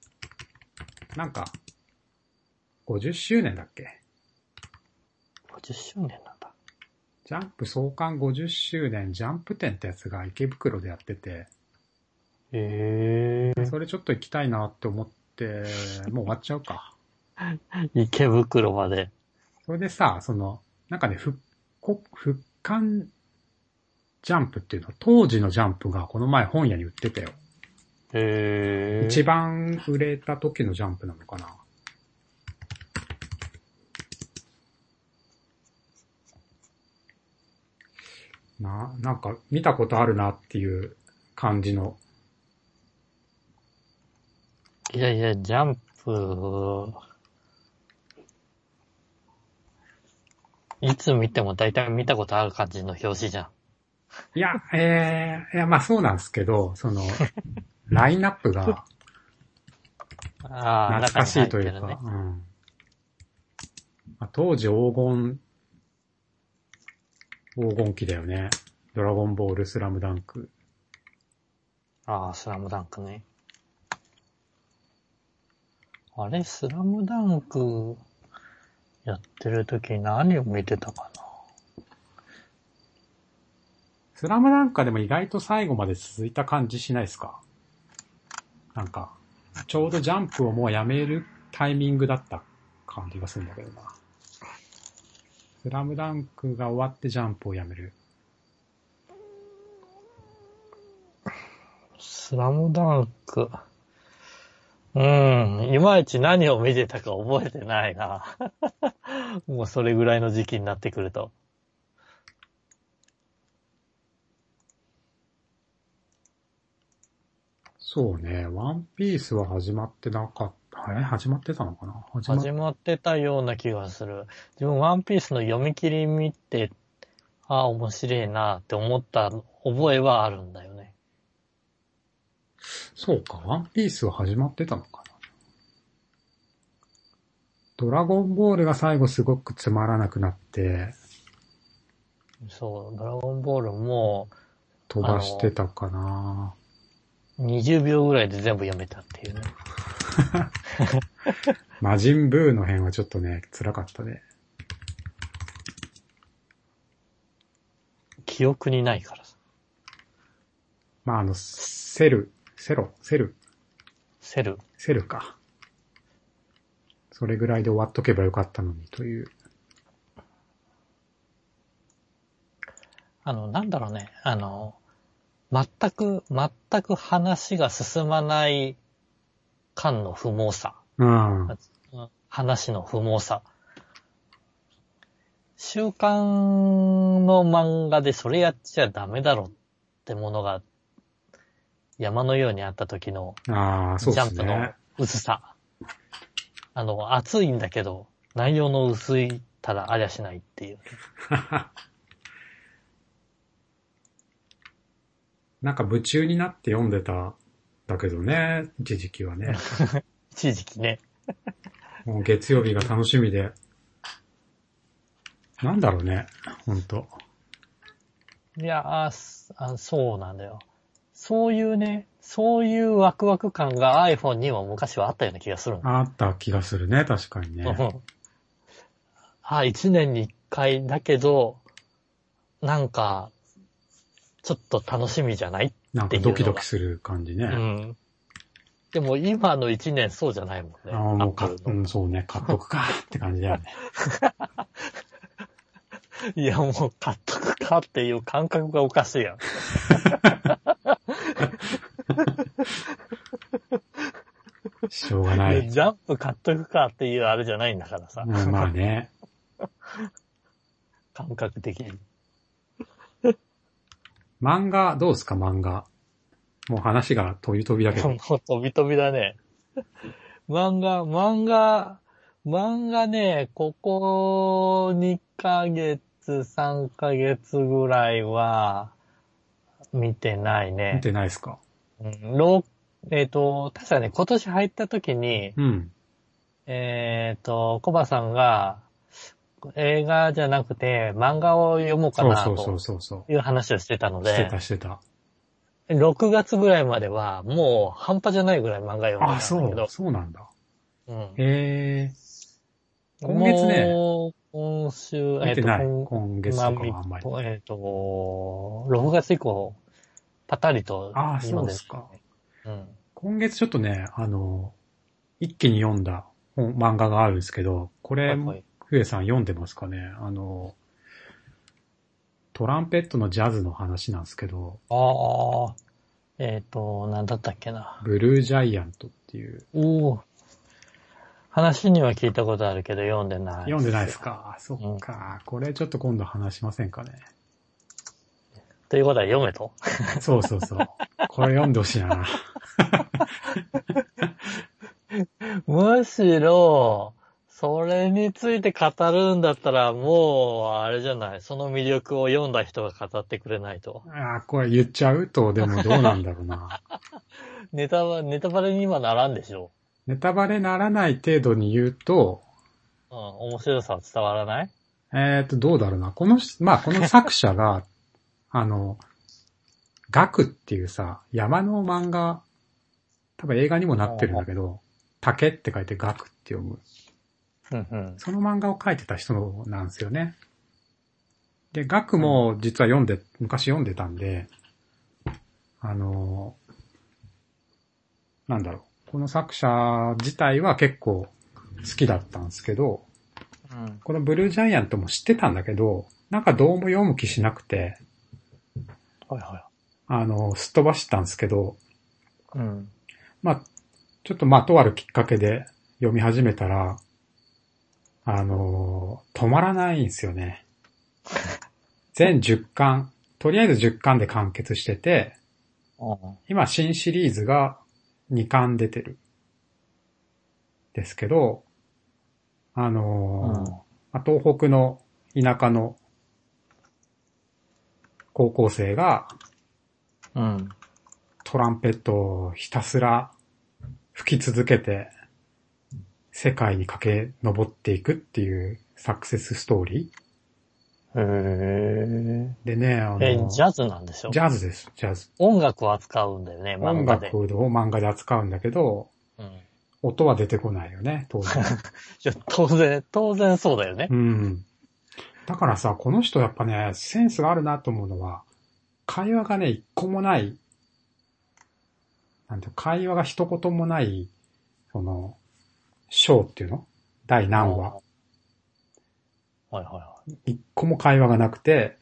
Speaker 1: なんか、50周年だっけ
Speaker 2: 50周年なんだ。
Speaker 1: ジャンプ創刊50周年ジャンプ展ってやつが池袋でやってて、
Speaker 2: へえ。
Speaker 1: それちょっと行きたいなって思って、もう終わっちゃうか。
Speaker 2: 池袋まで。
Speaker 1: それでさ、その、なんかね、復、こ復刊ジャンプっていうの、当時のジャンプがこの前本屋に売ってたよ。
Speaker 2: へえ。
Speaker 1: 一番売れた時のジャンプなのかな。な、なんか見たことあるなっていう感じの、
Speaker 2: いやいや、ジャンプ、いつ見ても大体見たことある感じの表紙じゃん。
Speaker 1: いや、えー、いや、まあそうなんですけど、その、ラインナップが
Speaker 2: ああ、
Speaker 1: 懐かしいというか、
Speaker 2: 中に入って
Speaker 1: うんまあ、当時黄金、黄金期だよね。ドラゴンボール、スラムダンク。
Speaker 2: ああ、スラムダンクね。あれ、スラムダンクやってる時何を見てたか
Speaker 1: スラムダンクはでも意外と最後まで続いた感じしないですかなんか、ちょうどジャンプをもうやめるタイミングだった感じがするんだけどな。スラムダンクが終わってジャンプをやめる。
Speaker 2: なスラムダンク。うん、いまいち何を見てたか覚えてないな。 もうそれぐらいの時期になってくると。
Speaker 1: そうね、ワンピースは始まってなかった。え始まってたのかな始まっ
Speaker 2: 始まってたような気がする。自分ワンピースの読み切り見て、ああ、面白いなって思った覚えはあるんだよね。
Speaker 1: そうか、ワンピースは始まってたのかな。ドラゴンボールが最後すごくつまらなくなって、
Speaker 2: そう、ドラゴンボールも
Speaker 1: 飛ばしてたかな。
Speaker 2: 20秒ぐらいで全部読めたっていうね。
Speaker 1: 魔人ブーの辺はちょっとね、辛かったね。
Speaker 2: 記憶にないからさ。
Speaker 1: まあ、あの、セル、セロ、セル、
Speaker 2: セル。
Speaker 1: セルか。それぐらいで終わっとけばよかったのにという。
Speaker 2: あの、なんだろうね。あの、全く、全く話が進まない感の不毛さ。
Speaker 1: うん。
Speaker 2: 話の不毛さ。週刊の漫画でそれやっちゃダメだろってものが山のようにあった時の
Speaker 1: ああ、
Speaker 2: ジ
Speaker 1: そうで
Speaker 2: ャン
Speaker 1: す
Speaker 2: プの
Speaker 1: ね。
Speaker 2: 薄さ。あの、熱いんだけど、内容の薄いただありゃしないっていう。
Speaker 1: なんか夢中になって読んでたんだけどね、一時期はね。
Speaker 2: 一時期ね。
Speaker 1: もう月曜日が楽しみで。なんだろうね、ほんと。
Speaker 2: いやーすあ、そうなんだよ。そういうね、そういうワクワク感が iPhone にも昔はあったような気がするんだ
Speaker 1: あった気がするね、確かにね。
Speaker 2: うん あ、一年に一回だけど、なんか、ちょっと楽しみじゃない
Speaker 1: なんかドキドキする感じね。
Speaker 2: うん。でも今の一年そうじゃないもんね。
Speaker 1: ああ、もう
Speaker 2: ア
Speaker 1: か
Speaker 2: ップ、
Speaker 1: う
Speaker 2: ルの
Speaker 1: ん、そうね、買っとくかって感じだよ ね。
Speaker 2: いや、もう買っとくかっていう感覚がおかしいやん。
Speaker 1: しょうがない。
Speaker 2: ジャンプ買っとくかっていうあれじゃないんだからさ。
Speaker 1: うんまあね。
Speaker 2: 感覚的に。
Speaker 1: 漫画、どうすか漫画。もう話が飛び飛び だけど。
Speaker 2: もう飛び飛びだね。漫画、漫画、漫画ね、ここ2ヶ月、3ヶ月ぐらいは、見てない
Speaker 1: 見
Speaker 2: ね。
Speaker 1: てないですか
Speaker 2: うんろえっ、と、確かね、今年入った時に、
Speaker 1: うん。
Speaker 2: えっ、と、コバさんが、映画じゃなくて、漫画を読もうか
Speaker 1: そう
Speaker 2: な、
Speaker 1: そうそう
Speaker 2: と
Speaker 1: そうそ
Speaker 2: いう話をしてたの
Speaker 1: う。して
Speaker 2: で、
Speaker 1: たしてた。
Speaker 2: 6月ぐらいまでは、もう半端じゃないぐらい漫画読んでたん
Speaker 1: あ、
Speaker 2: だけ
Speaker 1: そう
Speaker 2: ど、、
Speaker 1: そうなんだ。
Speaker 2: うん
Speaker 1: へえ。今月ね、
Speaker 2: もう今週、
Speaker 1: 見てない
Speaker 2: えっと。
Speaker 1: 今月とかはあんまり。
Speaker 2: 今えっと、6月以降、パタリと
Speaker 1: ああ、
Speaker 2: 今
Speaker 1: そう
Speaker 2: で
Speaker 1: です
Speaker 2: す。
Speaker 1: か。
Speaker 2: うん。
Speaker 1: 今月ちょっとね、あの、一気に読んだ本漫画があるんですけど、これ、
Speaker 2: はいはい
Speaker 1: ふえさん読んでますかねあの、トランペットのジャズの話なんですけど、
Speaker 2: ああ、えっ、と、なんだったっけな。
Speaker 1: ブルージャイアントっていう、
Speaker 2: おお。話には聞いたことあるけど、読んでない。
Speaker 1: 読んでないです。かそっか、これちょっと今度話しませんかね
Speaker 2: ということは読めと。
Speaker 1: そうそうそう。 これ読んでほしいな。
Speaker 2: むしろ、それについて語るんだったら、もう、あれじゃない。その魅力を読んだ人が語ってくれないと。
Speaker 1: あーこれ言っちゃうと、でもどうなんだろうな。
Speaker 2: ネタバレ、ネタバレに今ならんでしょ。
Speaker 1: ネタバレならない程度に言うと、
Speaker 2: うん、面白さは伝わらない
Speaker 1: えっ、と、どうだろうな。このし、まあ、この作者が、 あの、ガクっていうさ、山の漫画、多分映画にもなってるんだけど、竹って書いてガクって読む。
Speaker 2: うんうん。
Speaker 1: その漫画を描いてた人なんですよね。で、ガクも実は読んで、昔読んでたんで、あの、なんだろう。この作者自体は結構好きだったんですけど、
Speaker 2: うん。
Speaker 1: このブルージャイアントも知ってたんだけど、なんかどうも読む気しなくて、
Speaker 2: はいは
Speaker 1: あの、すっ飛ばしたんですけど、
Speaker 2: い。うん。
Speaker 1: まあ、ちょっとまあ、とあるきっかけで読み始めたら、あのー止まらないんですよね。全10巻、とりあえず10巻で完結してて、
Speaker 2: うん。
Speaker 1: 今新シリーズが2巻出てる。ですけど、あのー
Speaker 2: うん
Speaker 1: まあ東北の田舎の高校生が
Speaker 2: うん。
Speaker 1: トランペットをひたすら吹き続けて世界に駆け上っていくっていうサクセスストーリ
Speaker 2: へ
Speaker 1: ー。でね、あの、
Speaker 2: え。え、ジャズなんでしょ
Speaker 1: ジャズです、ジャズ。
Speaker 2: 音楽を扱うんだよね、漫
Speaker 1: 音
Speaker 2: 画で
Speaker 1: 楽。を漫画で扱うんだけど、
Speaker 2: うん。
Speaker 1: 音は出てこないよね、当然。
Speaker 2: いや当然、当然そうだよね
Speaker 1: う。ん。だからさ、この人やっぱね、センスがあるなと思うのは、会話がね、一個もない、なんていうの会話が一言もない、その、章っていうの第何話。
Speaker 2: はいはいはい。
Speaker 1: 一個も会話がなくて、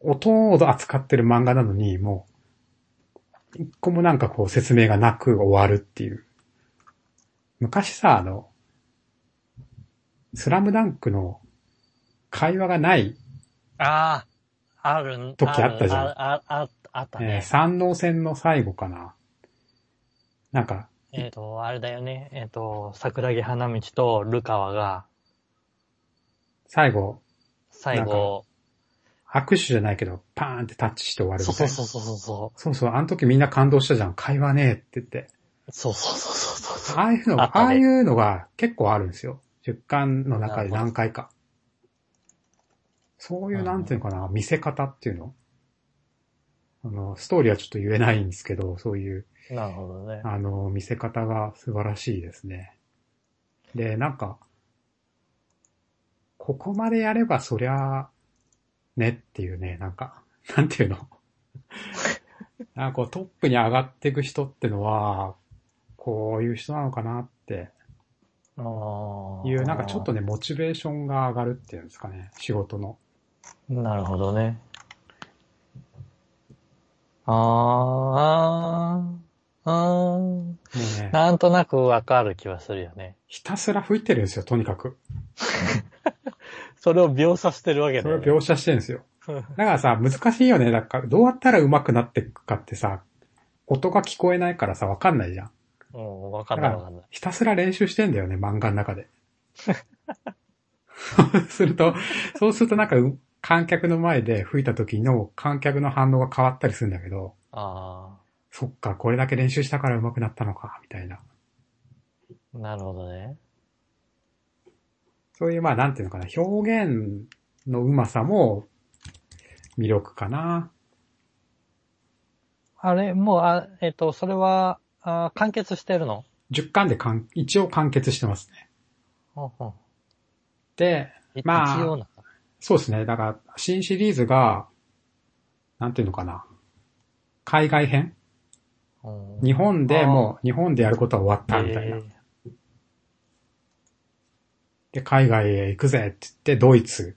Speaker 1: 音を扱ってる漫画なのに、もう、一個もなんかこう説明がなく終わるっていう。昔さ、あの、スラムダンクの会話がない、
Speaker 2: ああ、ある、
Speaker 1: 時あったじゃん
Speaker 2: あるああああった
Speaker 1: えー
Speaker 2: ね。
Speaker 1: 三能戦の最後かな。なんか、
Speaker 2: えっ、と、あれだよね。えっ、と、桜木花道とルカワが、
Speaker 1: 最後、
Speaker 2: 最後、
Speaker 1: 握手じゃないけど、パーンってタッチして終わるみ
Speaker 2: そう
Speaker 1: た
Speaker 2: そ
Speaker 1: いうな。
Speaker 2: そうそうそうそ
Speaker 1: そうそう、あの時みんな感動したじゃん。会話ねえって言って。
Speaker 2: う。そうそうそうそうそう。
Speaker 1: ああいうの
Speaker 2: あ
Speaker 1: が、
Speaker 2: ったね
Speaker 1: ああいうのが結構あるんですよ。10巻の中で何回か。そういう、
Speaker 2: うん
Speaker 1: なんていうのかな、見せ方っていうのあの、ストーリーはちょっと言えないんですけど、そういう、
Speaker 2: なるほどね。
Speaker 1: あの、見せ方が素晴らしいですね。で、なんか、ここまでやればそりゃ、ねっていうね、なんか、 なんていうのなんかこうトップに上がっていく人ってのは、こういう人なのかなって
Speaker 2: ああ。
Speaker 1: いう、なんかちょっとね、モチベーションが上がるっていうんですかね、仕事の。
Speaker 2: なるほどね。あーあー、あー
Speaker 1: もうね、
Speaker 2: なんとなくわかる気はするよね。
Speaker 1: ひたすら吹いてるんですよ、とにかく。
Speaker 2: それを描写してるわけ
Speaker 1: そ
Speaker 2: だ
Speaker 1: れ
Speaker 2: よ
Speaker 1: を
Speaker 2: ね。
Speaker 1: 描写してるんですよ。だからさ、難しいよね。だから、どうやったら上手くなっていくかってさ、音が聞こえないからさ、わかんないじゃん。
Speaker 2: うん、わかんないわかんない。
Speaker 1: ひたすら練習してんだよね、漫画の中で。 すると、そうするとなんか、う観客の前で吹いた時の観客の反応が変わったりするんだけど、
Speaker 2: あ
Speaker 1: そっか、これだけ練習したから上手くなったのか、みたいな。
Speaker 2: あ、なるほどね。
Speaker 1: そういう、まあ、なんていうのかな、表現の上手さも魅力かな。
Speaker 2: あれ、もう、あえっ、と、それは、あー完結してるの
Speaker 1: 10巻で完一応完結してますね。
Speaker 2: うんうん
Speaker 1: で、
Speaker 2: い
Speaker 1: まあ
Speaker 2: 一応な。
Speaker 1: そうですね。だから、新シリーズが、なんていうのかな。海外編
Speaker 2: うん
Speaker 1: 日本でもう、日本でやることは終わったみたいな。
Speaker 2: えー
Speaker 1: で、海外へ行くぜって言って、ドイツ。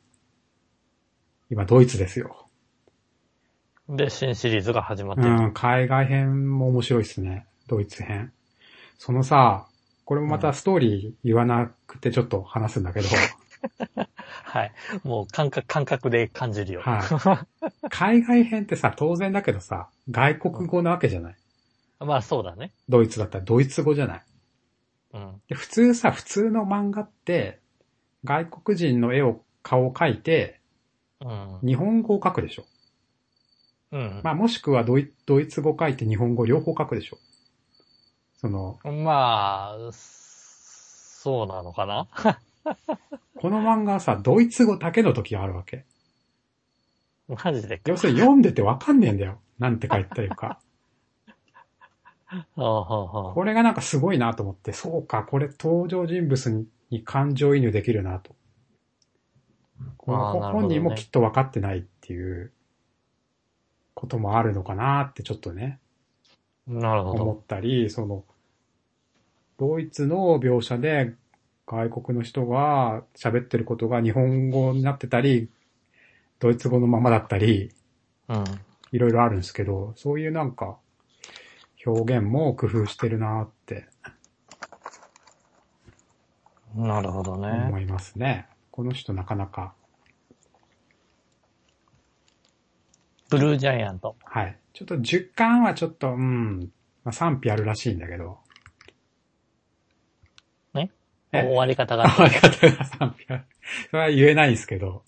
Speaker 1: 今、ドイツですよ。
Speaker 2: で、新シリーズが始まって
Speaker 1: う
Speaker 2: る。
Speaker 1: ん、海外編も面白いですね。ドイツ編。そ のさ、これもまたストーリー言わなくてちょっと話すんだけど、
Speaker 2: はい。もう感覚、感覚で感じるよ。
Speaker 1: はい。海外編ってさ、当然だけどさ、外国語なわけじゃない。
Speaker 2: まあそうだね。
Speaker 1: ドイツだったらドイツ語じゃない。
Speaker 2: うん。
Speaker 1: で普通さ、普通の漫画って、外国人の絵を、顔を描いて、
Speaker 2: うん。
Speaker 1: 日本語を描くでしょ。
Speaker 2: うん。
Speaker 1: まあもしくはドイドイツ語描いて日本語両方描くでしょ。その、
Speaker 2: まあ、そうなのかな
Speaker 1: この漫画はさ、ドイツ語だけの時があるわけ。
Speaker 2: マジでか。
Speaker 1: 要するに読んでてわかんねえんだよ。なんて書いてあるか。
Speaker 2: ああああ
Speaker 1: これがなんかすごいなと思って、そうか、これ登場人物にに感情移入できるなと。この
Speaker 2: あーなるほどね
Speaker 1: 本人もきっと分かってないっていうこともあるのかなってちょっとね、
Speaker 2: なるほ
Speaker 1: 思
Speaker 2: ど。
Speaker 1: ったり、その、ドイツの描写で外国の人が喋ってることが日本語になってたり、ドイツ語のままだったり、
Speaker 2: うん。
Speaker 1: いろいろあるんですけど、そういうなんか、表現も工夫してるなって
Speaker 2: なるほど
Speaker 1: 思
Speaker 2: ね。
Speaker 1: いますね。この人なかなか、
Speaker 2: ブルージャイアント。
Speaker 1: はい。ちょっと10巻はちょっと、うん、まあ、賛否あるらしいんだけど。
Speaker 2: ね
Speaker 1: え
Speaker 2: 終わり 方が。
Speaker 1: 終わり方が賛否ある。それは言えないんですけど。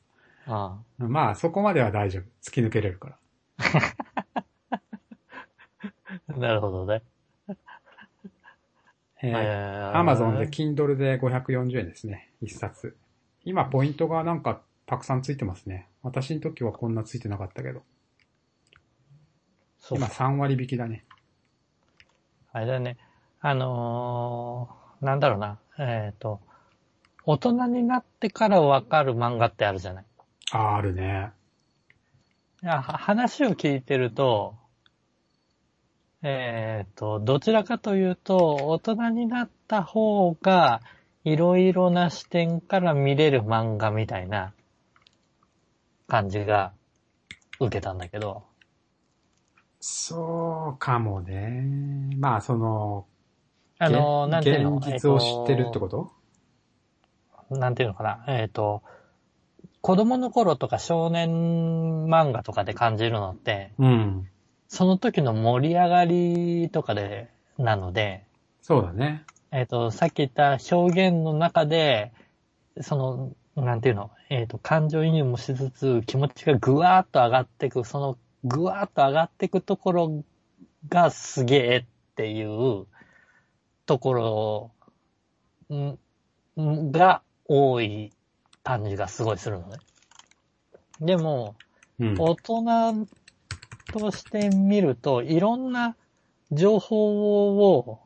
Speaker 2: あ
Speaker 1: まあ、そこまでは大丈夫。突き抜けれるから。
Speaker 2: あなるほどね。
Speaker 1: えー
Speaker 2: えー
Speaker 1: Amazon で Kindle で540円ですね。一冊。今、ポイントがなんかたくさんついてますね。私の時はこんなついてなかったけど。
Speaker 2: そう
Speaker 1: 今3割引きだね。
Speaker 2: あれだね。あのー、なんだろうな。えっ、と、大人になってからわかる漫画ってあるじゃない。
Speaker 1: ああ、あるね。
Speaker 2: いやは話を聞いてると、えっ、と、どちらかというと、大人になった方が、いろいろな視点から見れる漫画みたいな感じが受けたんだけど、
Speaker 1: そうかもね。まあ、その、
Speaker 2: あのー、
Speaker 1: げ
Speaker 2: なんていうの
Speaker 1: 現実を知ってるってこと、
Speaker 2: なんていうのかな、えっ、と、子供の頃とか少年漫画とかで感じるのって、
Speaker 1: うん。
Speaker 2: その時の盛り上がりとかで、なので、
Speaker 1: そうだね。
Speaker 2: えっ、と、さっき言った表現の中で、その、なんていうの、えっ、と、感情移入もしつつ、気持ちがぐわーっと上がってく、そのぐわーっと上がってくところがすげえっていうところんんが多い感じがすごいするのね。でも、
Speaker 1: うん。
Speaker 2: 大人として見ると、いろんな情報を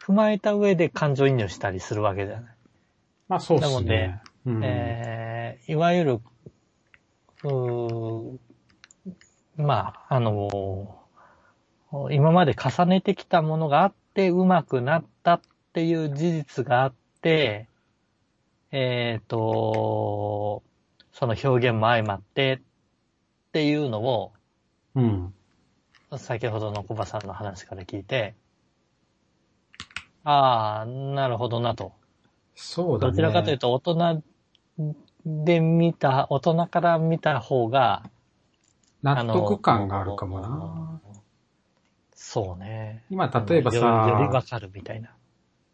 Speaker 2: 踏まえた上で感情移入したりするわけじゃない。
Speaker 1: まあ、そうっ
Speaker 2: な
Speaker 1: す
Speaker 2: ので
Speaker 1: ね。うん
Speaker 2: えーいわゆる、うーまあ、あの、今まで重ねてきたものがあって、うまくなったっていう事実があって、えっ、と、その表現も相まってっていうのを、
Speaker 1: うん。
Speaker 2: 先ほどのコバさんの話から聞いて、ああ、なるほどなと。
Speaker 1: そうだ
Speaker 2: ど
Speaker 1: ね。
Speaker 2: ちらかというと、大人で見た、大人から見た方が、
Speaker 1: 納得感があるかも
Speaker 2: あ
Speaker 1: な
Speaker 2: の。。そうね。
Speaker 1: 今、例えば
Speaker 2: よよりわ
Speaker 1: さ、
Speaker 2: かるみたいな。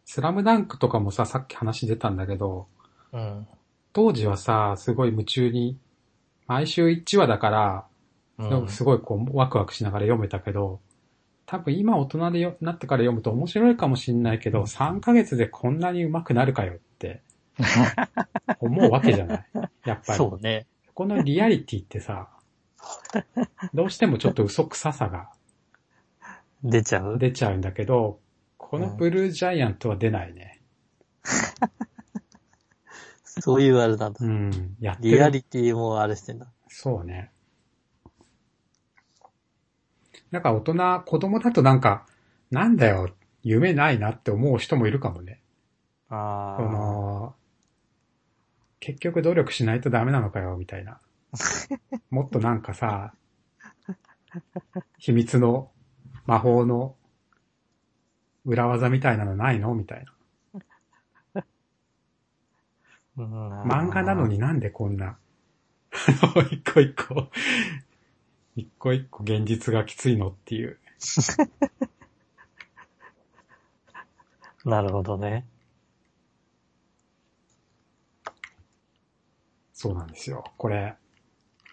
Speaker 1: スラムダンクとかもさ、さっき話出たんだけど、
Speaker 2: うん。
Speaker 1: 当時はさ、すごい夢中に、毎週1話だから、
Speaker 2: うん。
Speaker 1: すごいこう、ワクワクしながら読めたけど、多分今大人でよなってから読むと面白いかもしんないけど、3ヶ月でこんなに上手くなるかよっ て、思うわけじゃないやっぱり。
Speaker 2: そうね。
Speaker 1: このリアリティってさ、どうしてもちょっと嘘臭さが
Speaker 2: 出ちゃう
Speaker 1: 出ちゃうんだけど、このブルージャイアントは出ないね。
Speaker 2: そういうあれなんだ。
Speaker 1: うん。やって
Speaker 2: リア
Speaker 1: る。
Speaker 2: リティもあれしてんだ。
Speaker 1: そうね。なんか大人、子供だとなんか、なんだよ、夢ないなって思う人もいるかもね。
Speaker 2: あ
Speaker 1: そ
Speaker 2: あ。
Speaker 1: の、結局努力しないとダメなのかよ、みたいな。もっとなんかさ、秘密の魔法の裏技みたいなのないのみたいな。漫
Speaker 2: 漫
Speaker 1: 画なの。になんでこんな、 あの、一個一個、一個一個現実がきついのっていう。
Speaker 2: なるほどね。
Speaker 1: そうなんですよ。これ。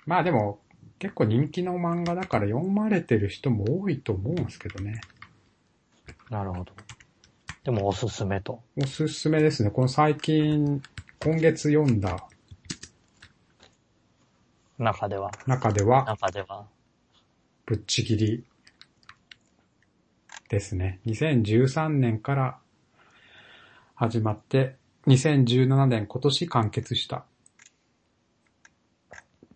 Speaker 1: まあでも、結構人気の漫画だから読まれてる人も多いと思うんですけどね。
Speaker 2: なるほど。でもおすすめと。
Speaker 1: おすすめですね。この最近、今月読んだ
Speaker 2: 中では。
Speaker 1: 中では、
Speaker 2: 中では。
Speaker 1: ぶっちぎりですね。2013年から始まって、2017年今年完結した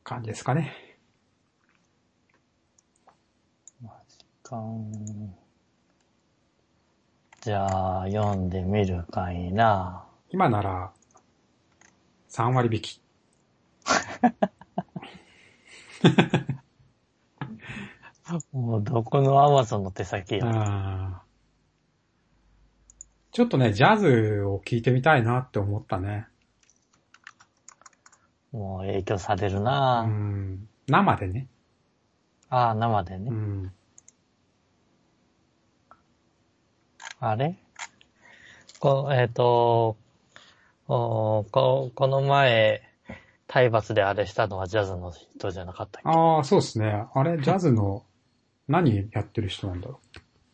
Speaker 1: 感じですかね。
Speaker 2: マジかんじゃあ、読んでみるかいな。
Speaker 1: 今なら3割引き。
Speaker 2: もうどこのアマゾンの手先や。
Speaker 1: あーちょっとね、ジャズを聴いてみたいなって思ったね。
Speaker 2: もう影響される
Speaker 1: う
Speaker 2: な。
Speaker 1: ん、生でね。
Speaker 2: ああ、生でね。
Speaker 1: うん
Speaker 2: あれこえっ、とおーこ、この前、体罰であれしたのはジャズの人じゃなかったっけ
Speaker 1: ああ、そうですね。あれ、ジャズの 何やってる人なんだろ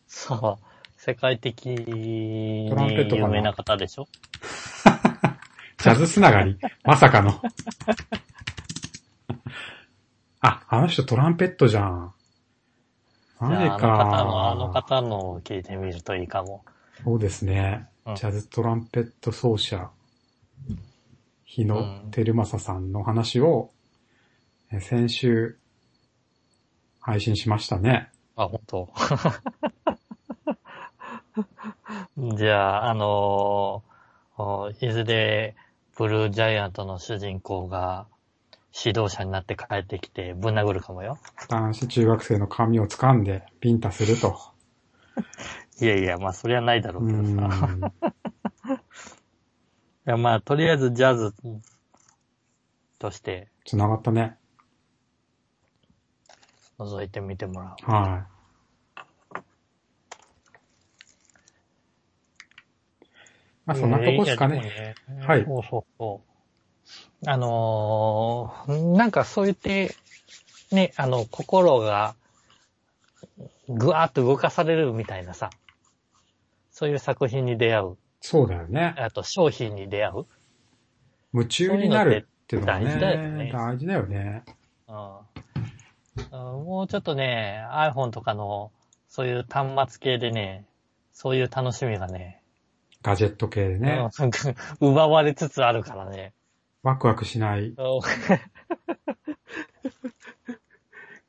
Speaker 2: そう。世界的に
Speaker 1: トランペットかな
Speaker 2: 有名な方でしょ
Speaker 1: う。ジャズつなが りまさかの。 あ、あの人トランペットじゃん。マ
Speaker 2: じ
Speaker 1: ジ
Speaker 2: ゃあ、
Speaker 1: か
Speaker 2: あの方の、あの方のを聞いてみるといいかも。
Speaker 1: そうですね。
Speaker 2: うん
Speaker 1: ジャズトランペット奏者、日
Speaker 2: う
Speaker 1: 野
Speaker 2: ん
Speaker 1: 照正さんの話を、え先週、配信しましたね。
Speaker 2: あ、本当。 じゃあ、あのーおいずれ、ブルージャイアントの主人公が指導者になって帰ってきてぶん殴るかもよ。
Speaker 1: 男子中学生の髪を掴んで、ビンタすると。
Speaker 2: いやいや、まあそれはないだろ
Speaker 1: う
Speaker 2: うけどさ。い
Speaker 1: ん。
Speaker 2: やまあとりあえずジャズとして
Speaker 1: 繋がったね。
Speaker 2: 覗いてみてもら
Speaker 1: はい。まあ
Speaker 2: う。
Speaker 1: そんなとこですかね。
Speaker 2: ね
Speaker 1: はい
Speaker 2: そうそうそう。あのーなんかそう言って、ね、あの、心がぐわーっと動かされるみたいなさ、そういう作品に出会う、
Speaker 1: そうだよね。
Speaker 2: あと商品に出会う。
Speaker 1: 夢中になるっていうのはね。
Speaker 2: そういうのって大事だよね
Speaker 1: 大事だよね。
Speaker 2: うんもうちょっとね、iPhone とかの、そういう端末系でね、そういう楽しみがね、
Speaker 1: ガジェット系でね。
Speaker 2: うん奪われつつあるからね。
Speaker 1: ワクワクし ない。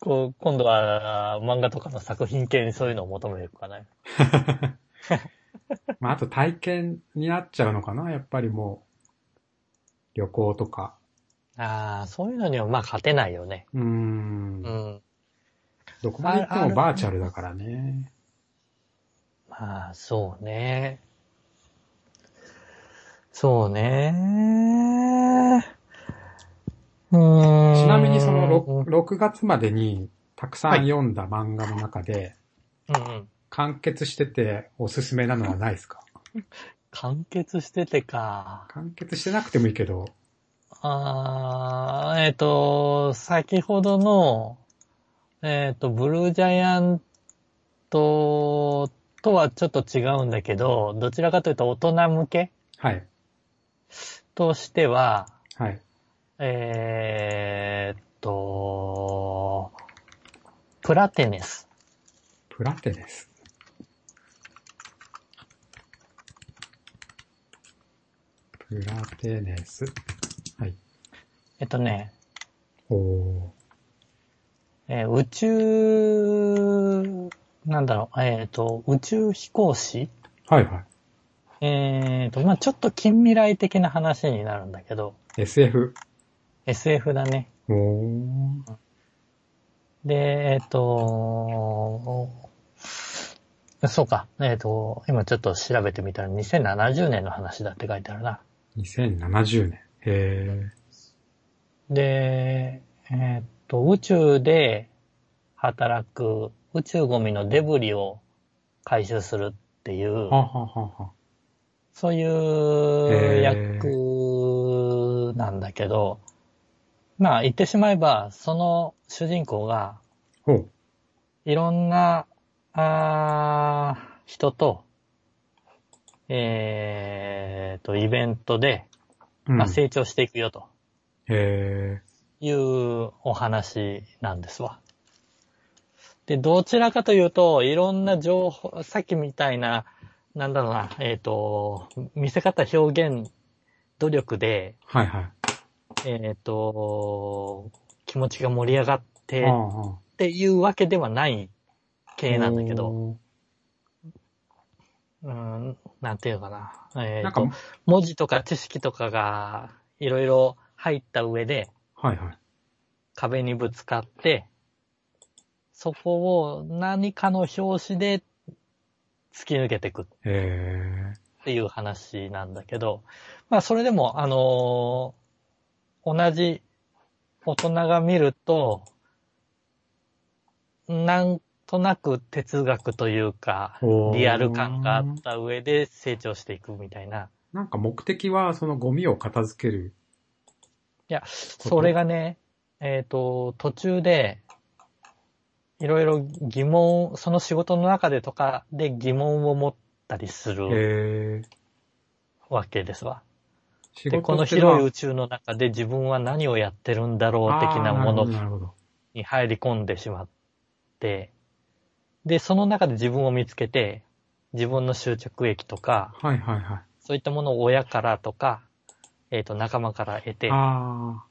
Speaker 2: こう今度は漫画とかの作品系にそういうのを求めるかね。
Speaker 1: まああと体験になっちゃうのかな。やっぱりもう、旅行とか。
Speaker 2: ああ、そういうのにはまあ勝てないよね。
Speaker 1: うー。
Speaker 2: うんん。
Speaker 1: どこまで行って
Speaker 2: あ
Speaker 1: も
Speaker 2: る
Speaker 1: バーチャルだからね。
Speaker 2: まあ、そうね。そうね。うーん。
Speaker 1: ちなみにその 6, 月までにたくさん読んだ漫画の中で、
Speaker 2: うんうん。
Speaker 1: 完結してておすすめなのはないですか
Speaker 2: 完結しててか。
Speaker 1: 完結してなくてもいいけど、
Speaker 2: あー、えっ、と、先ほどの、えっ、と、ブルージャイアントとはちょっと違うんだけど、どちらかというと大人向け
Speaker 1: はい、
Speaker 2: としては、
Speaker 1: はい。
Speaker 2: えっ、と、プラテネス。
Speaker 1: プラテです。プラテネス。はい。
Speaker 2: えっとね、
Speaker 1: おお
Speaker 2: えー宇宙、なんだろう、えっ、と、宇宙飛行士
Speaker 1: ー。はいは
Speaker 2: えっ、と、まあちょっと近未来的な話になるんだけど、
Speaker 1: い。SF。
Speaker 2: SF だね。
Speaker 1: おお。
Speaker 2: で、えっ、と、そうか、えっ、と、今ちょっと調べてみたら2070年の話だって書いてあるな。
Speaker 1: 2070年。へ
Speaker 2: で、えーっと、宇宙で働く宇宙ゴミのデブリを回収するってい
Speaker 1: え。
Speaker 2: う
Speaker 1: は、あ、はあはあはあ、
Speaker 2: そう
Speaker 1: へ
Speaker 2: いう
Speaker 1: ー
Speaker 2: 役なんだけど、まあ言ってしまえば、その主人公が
Speaker 1: ほう。
Speaker 2: いろんな、あー人と、えーと、イベントで、
Speaker 1: うん、
Speaker 2: まあ、
Speaker 1: へ
Speaker 2: 成長していくよと
Speaker 1: え。
Speaker 2: いうお話なんですわ。で、どちらかというと、いろんな情報、さっきみたいな、なんだろうな、えっ、と、見せ方表現、努力で、
Speaker 1: はいはい。
Speaker 2: えっ、と、気持ちが盛り上がって
Speaker 1: ああ
Speaker 2: っ
Speaker 1: ああ
Speaker 2: ていうわけではない系なんだけど、うん、なんていうのかな。え
Speaker 1: なん
Speaker 2: っ
Speaker 1: か
Speaker 2: と、、文字とか知識とかがいろいろ入った上で
Speaker 1: はいはい。
Speaker 2: 壁にぶつかって、そこを何かの拍子で突き抜けていくっ
Speaker 1: へ
Speaker 2: ていう話なんだけど、まあそれでも、あのー同じ大人が見ると、なんとなく哲学というか、
Speaker 1: おー
Speaker 2: リアル感があった上で成長していくみたいな。
Speaker 1: え。なんか目的は、そのゴミを片付ける。
Speaker 2: いや、それがね、えっ、と、途中で、いろいろ疑問、その仕事の中でとかで疑問を持ったりする
Speaker 1: へえ。
Speaker 2: わけですわ。
Speaker 1: 仕
Speaker 2: で、この
Speaker 1: ってのは
Speaker 2: 広い宇宙の中で自分は何をやってるんだろう的なも
Speaker 1: あー
Speaker 2: の
Speaker 1: なるほど。
Speaker 2: に入り込んでしまって、で、その中で自分を見つけて、自分の執着益とか、
Speaker 1: はいはいは
Speaker 2: そういったものを親からとか、えっ、と、仲間から得て
Speaker 1: い。、あ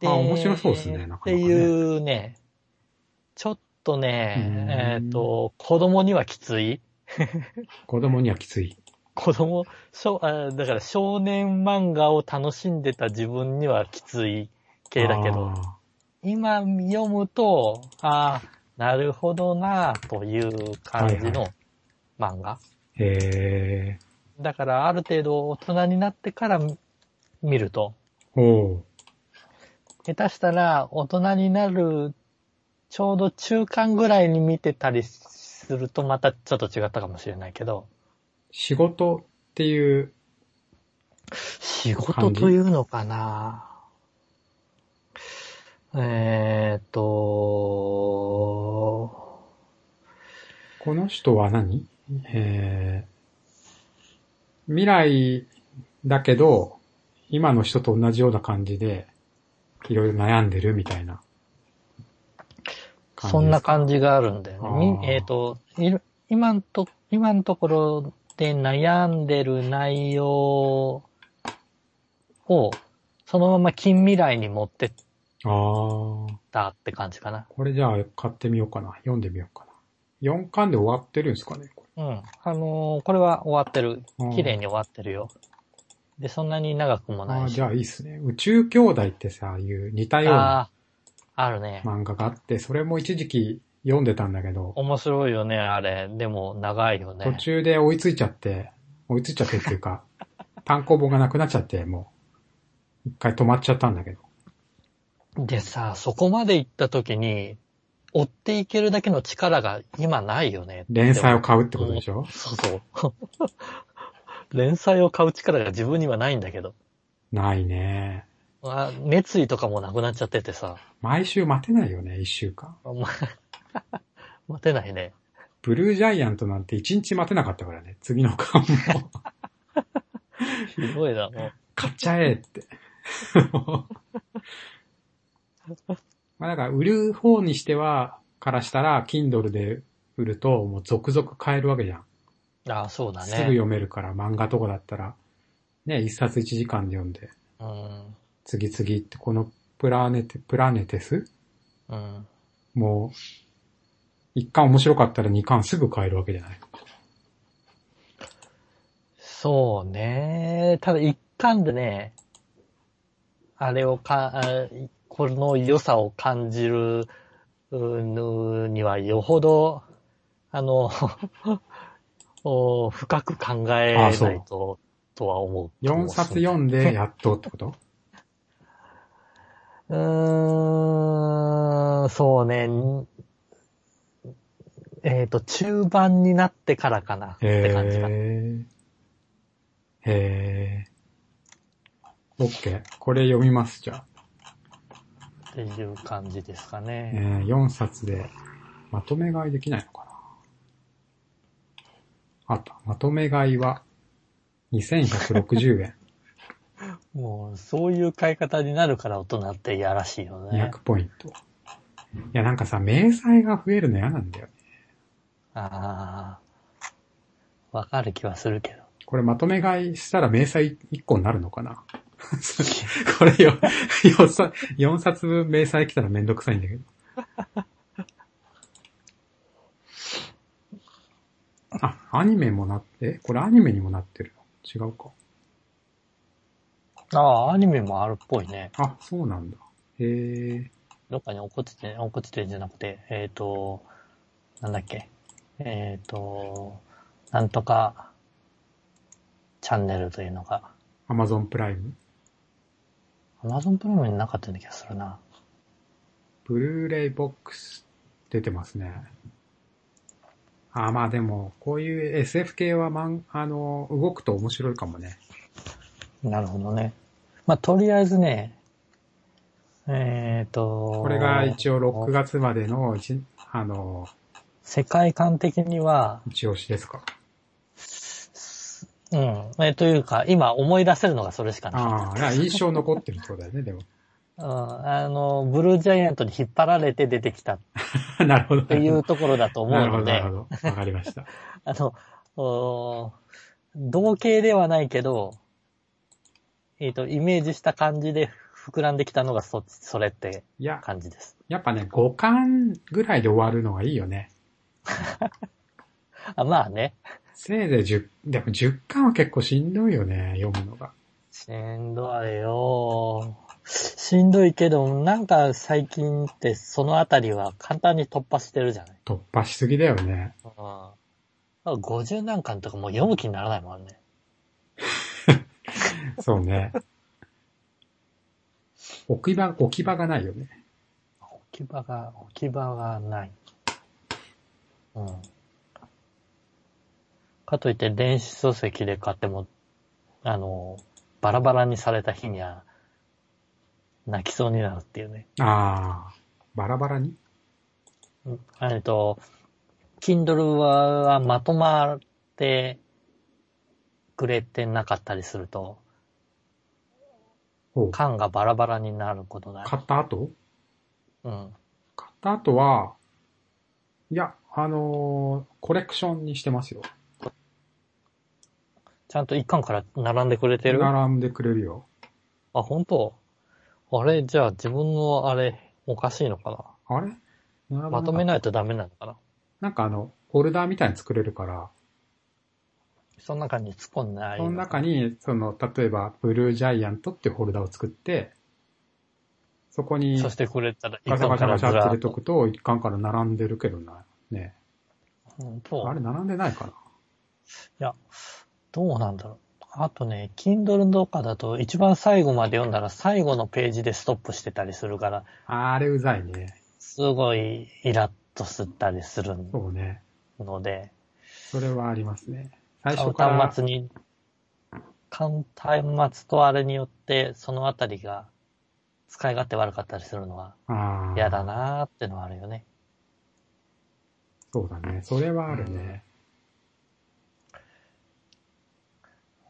Speaker 2: で
Speaker 1: あ面白そうですねなかなかね
Speaker 2: っていうね、ちょっと
Speaker 1: う
Speaker 2: ね
Speaker 1: ん、
Speaker 2: えっ、と、子供にはきつい。
Speaker 1: あ、子供にはきつい。
Speaker 2: 子供、少あだから少年漫画を楽しんでた自分にはきつい系だけど、
Speaker 1: あ
Speaker 2: 今読むと、ああ、なるほどなあという感じの漫画。
Speaker 1: ー。へえ。
Speaker 2: だからある程度大人になってから見ると、
Speaker 1: おう。
Speaker 2: 下手したら大人になるちょうど中間ぐらいに見てたりするとまたちょっと違ったかもしれないけど、
Speaker 1: 仕事っていう、
Speaker 2: 仕事というのかなえーっと、
Speaker 1: この人は何えー、未来だけど、今の人と同じような感じで、いろいろ悩んでるみたいな感じですか。
Speaker 2: そんな感じがあるんだよね。
Speaker 1: あー
Speaker 2: みえーっと、いる今んと、今のところで悩んでる内容をそのまま近未来に持ってっ
Speaker 1: あー。
Speaker 2: たって感じかな。
Speaker 1: これじゃあ買ってみようかな。読んでみようかな。4巻で終わってるんですかねこ
Speaker 2: うん。あのーこれは終わってる。
Speaker 1: れ
Speaker 2: 綺麗に終わってるよ。で、そんなに長くも
Speaker 1: あ
Speaker 2: な
Speaker 1: あ、
Speaker 2: いし。
Speaker 1: じ
Speaker 2: あ
Speaker 1: ゃあいいっすね。宇宙兄弟ってさ、いう似たような
Speaker 2: あー、あるね。
Speaker 1: 漫画があって、それも一時期読んでたんだけど、
Speaker 2: 面白いよね、あれ。でも、長いよ
Speaker 1: 途
Speaker 2: ね。
Speaker 1: 中で追いついちゃって、追いついちゃってっていうか、単行本がなくなっちゃって、もう、一回止まっちゃったんだけど。
Speaker 2: でさ、そこまで行った時に、追っていけるだけの力が今ないよね。
Speaker 1: 連載を買うってことでしょ
Speaker 2: そうそう。連載を買う 力が自分にはないんだけど。
Speaker 1: ないね。
Speaker 2: あ熱意とかもなくなっちゃっててさ。
Speaker 1: 毎週待てないよね、一週間。
Speaker 2: あま 待てないね。
Speaker 1: ブルージャイアントなんて一日待てなかったからね、次の巻も。
Speaker 2: ひどいな、もう。
Speaker 1: 買っちゃえって。まあだから、売る方にしては、からしたら、Kindle で売ると、もう続々買えるわけじゃん。
Speaker 2: ああ、そうだね。
Speaker 1: すぐ読めるから、漫画とかだったら、ね、一冊一時間で読んで、
Speaker 2: うん。
Speaker 1: 次々って、このプラネテ、プラネテス
Speaker 2: うん。
Speaker 1: もう、一巻面白かったら二巻すぐ買えるわけじゃない。
Speaker 2: そうね。ただ一巻でね、あれをか、あこの良さを感じるうにはよほど、 あの、お深く考えないととは思う。
Speaker 1: 4冊読んでやっとって こと
Speaker 2: うーん、そうね。えっ、と、中盤になってからかなって感じか
Speaker 1: へ
Speaker 2: な。
Speaker 1: え。へえ。OK。これ読みます、じゃあ。
Speaker 2: っていう感じですか
Speaker 1: え
Speaker 2: ね。
Speaker 1: ー、4冊で、まとめ買いできないのかなあった。まとめ買いは、2160円。
Speaker 2: もう、そういう買い方になるから大人っていやらしいよね
Speaker 1: 200。ポイント。いや、なんかさ、明細が増えるの嫌なんだよね。
Speaker 2: ああ。わかる気はするけど。
Speaker 1: これまとめ買いしたら明細1個になるのかな これよ、4冊、4冊分明細来たらめんどくさいんだけど。あ、アニメもなって、これアニメにもなってるの違うか。
Speaker 2: ああ、アニメもあるっぽいね。
Speaker 1: あ、そうなんだ。へえ。
Speaker 2: どっかに落っこちて、落っこちてんじゃなくて、えっ、と、なんだっけ。えっ、と、なんとか、チャンネルというのが、
Speaker 1: アマゾンプライム。
Speaker 2: Amazon プライムになかったような気がするな。
Speaker 1: ブルーレイボックス出てますね。あ、まあでも、こういう SF 系はマン、あの、動くと面白いかもね。
Speaker 2: なるほどね。まあ、とりあえずね、えっ、と、
Speaker 1: これが一応6月までの一、あの、
Speaker 2: 世界観的には、
Speaker 1: 一押しですか。
Speaker 2: うん、えーというか、今思い出せるのがそれしかない。
Speaker 1: ああ、だから印象残ってるってことだよね、でも。
Speaker 2: うん、あの、ブルージャイアントに引っ張られて出てきたっ
Speaker 1: なるほど。
Speaker 2: ていうところだと思
Speaker 1: な
Speaker 2: う
Speaker 1: るほど、
Speaker 2: の
Speaker 1: な
Speaker 2: で
Speaker 1: る、ほど。わかりました。
Speaker 2: あの、おー同型ではないけど、えっ、と、イメージした感じで膨らんできたのがそ、それって
Speaker 1: いや、
Speaker 2: 感じです。
Speaker 1: やっぱね、5巻ぐらいで終わるのがいいよね。
Speaker 2: あまあね、
Speaker 1: せいぜい10、でも10巻は結構しんどいよね、読むのが。
Speaker 2: しんどいよしんどいけど、なんか最近ってそのあたりは簡単に突破してるじゃない
Speaker 1: 突破しすぎだよね。
Speaker 2: うん。50何巻とかもう読む気にならないもんね。
Speaker 1: そうね。 置き場、置き場がないよね。
Speaker 2: 置き場が、置き場がない。うん。かといって電子書籍で買っても、あの、バラバラにされた日には、泣きそうになるっていうね。
Speaker 1: ああ、バラバラに
Speaker 2: うんえっと、Kindle はまとまってくれてなかったりすると、
Speaker 1: ほう。買
Speaker 2: 缶がバラバラになることがある。
Speaker 1: った後
Speaker 2: うん。
Speaker 1: 買った後は、いや、あのーコレクションにしてますよ。
Speaker 2: ちゃんと一巻から並んでくれてるあ、
Speaker 1: 並んでくれるよ。
Speaker 2: 本当あれじゃあ自分のあれ、おかしいのかな
Speaker 1: あれ並ばなかった
Speaker 2: まとめないとダメなのかな
Speaker 1: なんかあの、ホルダーみたいに作れるから、
Speaker 2: その中に突っ込んでない
Speaker 1: その中
Speaker 2: に。
Speaker 1: に、その、例えば、ブルージャイアントっていうホルダーを作って、そこに
Speaker 2: そしてくれたら一
Speaker 1: ガチャガ
Speaker 2: 巻
Speaker 1: チ
Speaker 2: か
Speaker 1: ャガ
Speaker 2: らず
Speaker 1: チャって
Speaker 2: ら
Speaker 1: 入れ
Speaker 2: っ
Speaker 1: と
Speaker 2: と。
Speaker 1: くと、一巻から並んでるけどな。ね。
Speaker 2: 本
Speaker 1: あ
Speaker 2: 当
Speaker 1: れ並んでないかな
Speaker 2: どうなんだろう。あとね、Kindle とかだと一番最後まで読んだら最後のページでストップしてたりするから、
Speaker 1: あれうざいね。
Speaker 2: すごいイラッとすったりする
Speaker 1: そうね。
Speaker 2: ので、
Speaker 1: それはありますね。最
Speaker 2: 買
Speaker 1: 初
Speaker 2: う
Speaker 1: から。
Speaker 2: 端末に、買う端末とあれによってそのあたりが使い勝手悪かったりするのは
Speaker 1: ああ。
Speaker 2: 嫌だなーってのはあるよね。
Speaker 1: そうだね。それはあるね。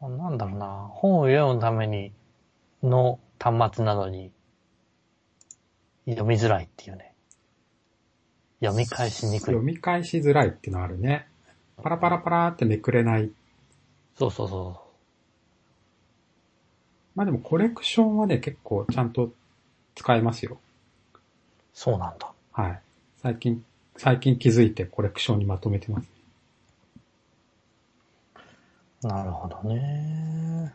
Speaker 2: なんだろうな、本を読むためにの端末なのに、読みづらいっていうね。読み返しにくい
Speaker 1: 読。み返しづらいってのあるね。パラパラパラってめくれない。
Speaker 2: そうそうそ
Speaker 1: まあでもコレクションはね、結構ちゃんと使えますよ。
Speaker 2: う。そうなんだ。
Speaker 1: はい。最近、最近気づいてコレクションにまとめてます。
Speaker 2: なるほどね。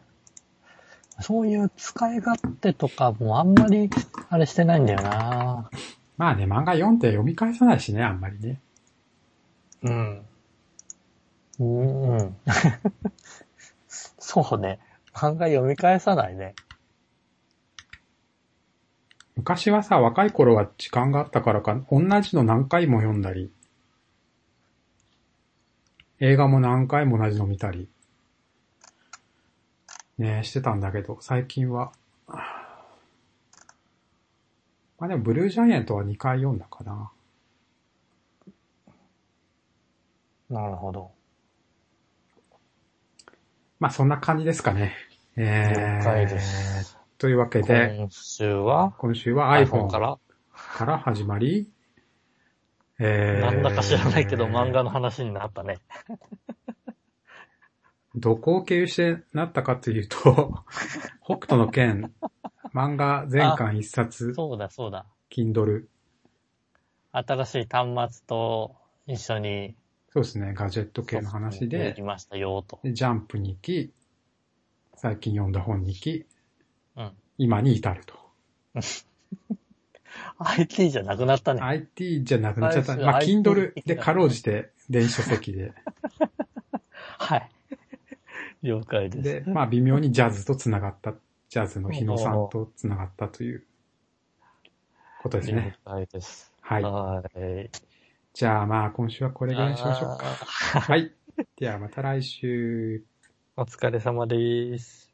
Speaker 2: そういう使い勝手とかもあんまりあれしてないんだよな。
Speaker 1: まあね、漫画読んで読み返さないしね、あんまりね。
Speaker 2: うん。うん。 そうね。漫画読み返さないね。
Speaker 1: 昔はさ、若い頃は時間があったからか、同じの何回も読んだり、映画も何回も同じの見たり、ねえ、してたんだけど、最近は、まあでも、ブルージャイアントは2回読んだかな。
Speaker 2: なるほど。
Speaker 1: まあそんな感じですかね。えー、
Speaker 2: 了解です。
Speaker 1: というわけで、
Speaker 2: 今週は
Speaker 1: 今週は iPhone
Speaker 2: iPhone か
Speaker 1: から
Speaker 2: ら、
Speaker 1: 始まり、え
Speaker 2: なんだか知らないけど漫画の話になったね。
Speaker 1: どこを経由してなったかというと、 北斗の剣、漫画全巻一冊、
Speaker 2: そうだそうだ。
Speaker 1: Kindle。
Speaker 2: 新しい端末と一緒に、
Speaker 1: そうですね、ガジェット系の話
Speaker 2: そうそう
Speaker 1: で
Speaker 2: き、ましたよと。
Speaker 1: でジャンプに行き、最近読んだ本に行き、
Speaker 2: うん。
Speaker 1: 今に至ると。
Speaker 2: IT じゃなくなったね。
Speaker 1: IT じゃなくなっちゃった。
Speaker 2: 最初
Speaker 1: まあ、
Speaker 2: IT
Speaker 1: Kindle でかろうじて電子書籍 で。
Speaker 2: はい。了解です。
Speaker 1: で、まあ、微妙にジャズと繋がった、ジャズの日野さんと繋がったということですね。
Speaker 2: 了解です。
Speaker 1: はい。
Speaker 2: はい。
Speaker 1: じゃあまあ、今週はこれぐらいにしましょうか。
Speaker 2: あー
Speaker 1: はい。ではまた来週。
Speaker 2: お疲れ様です。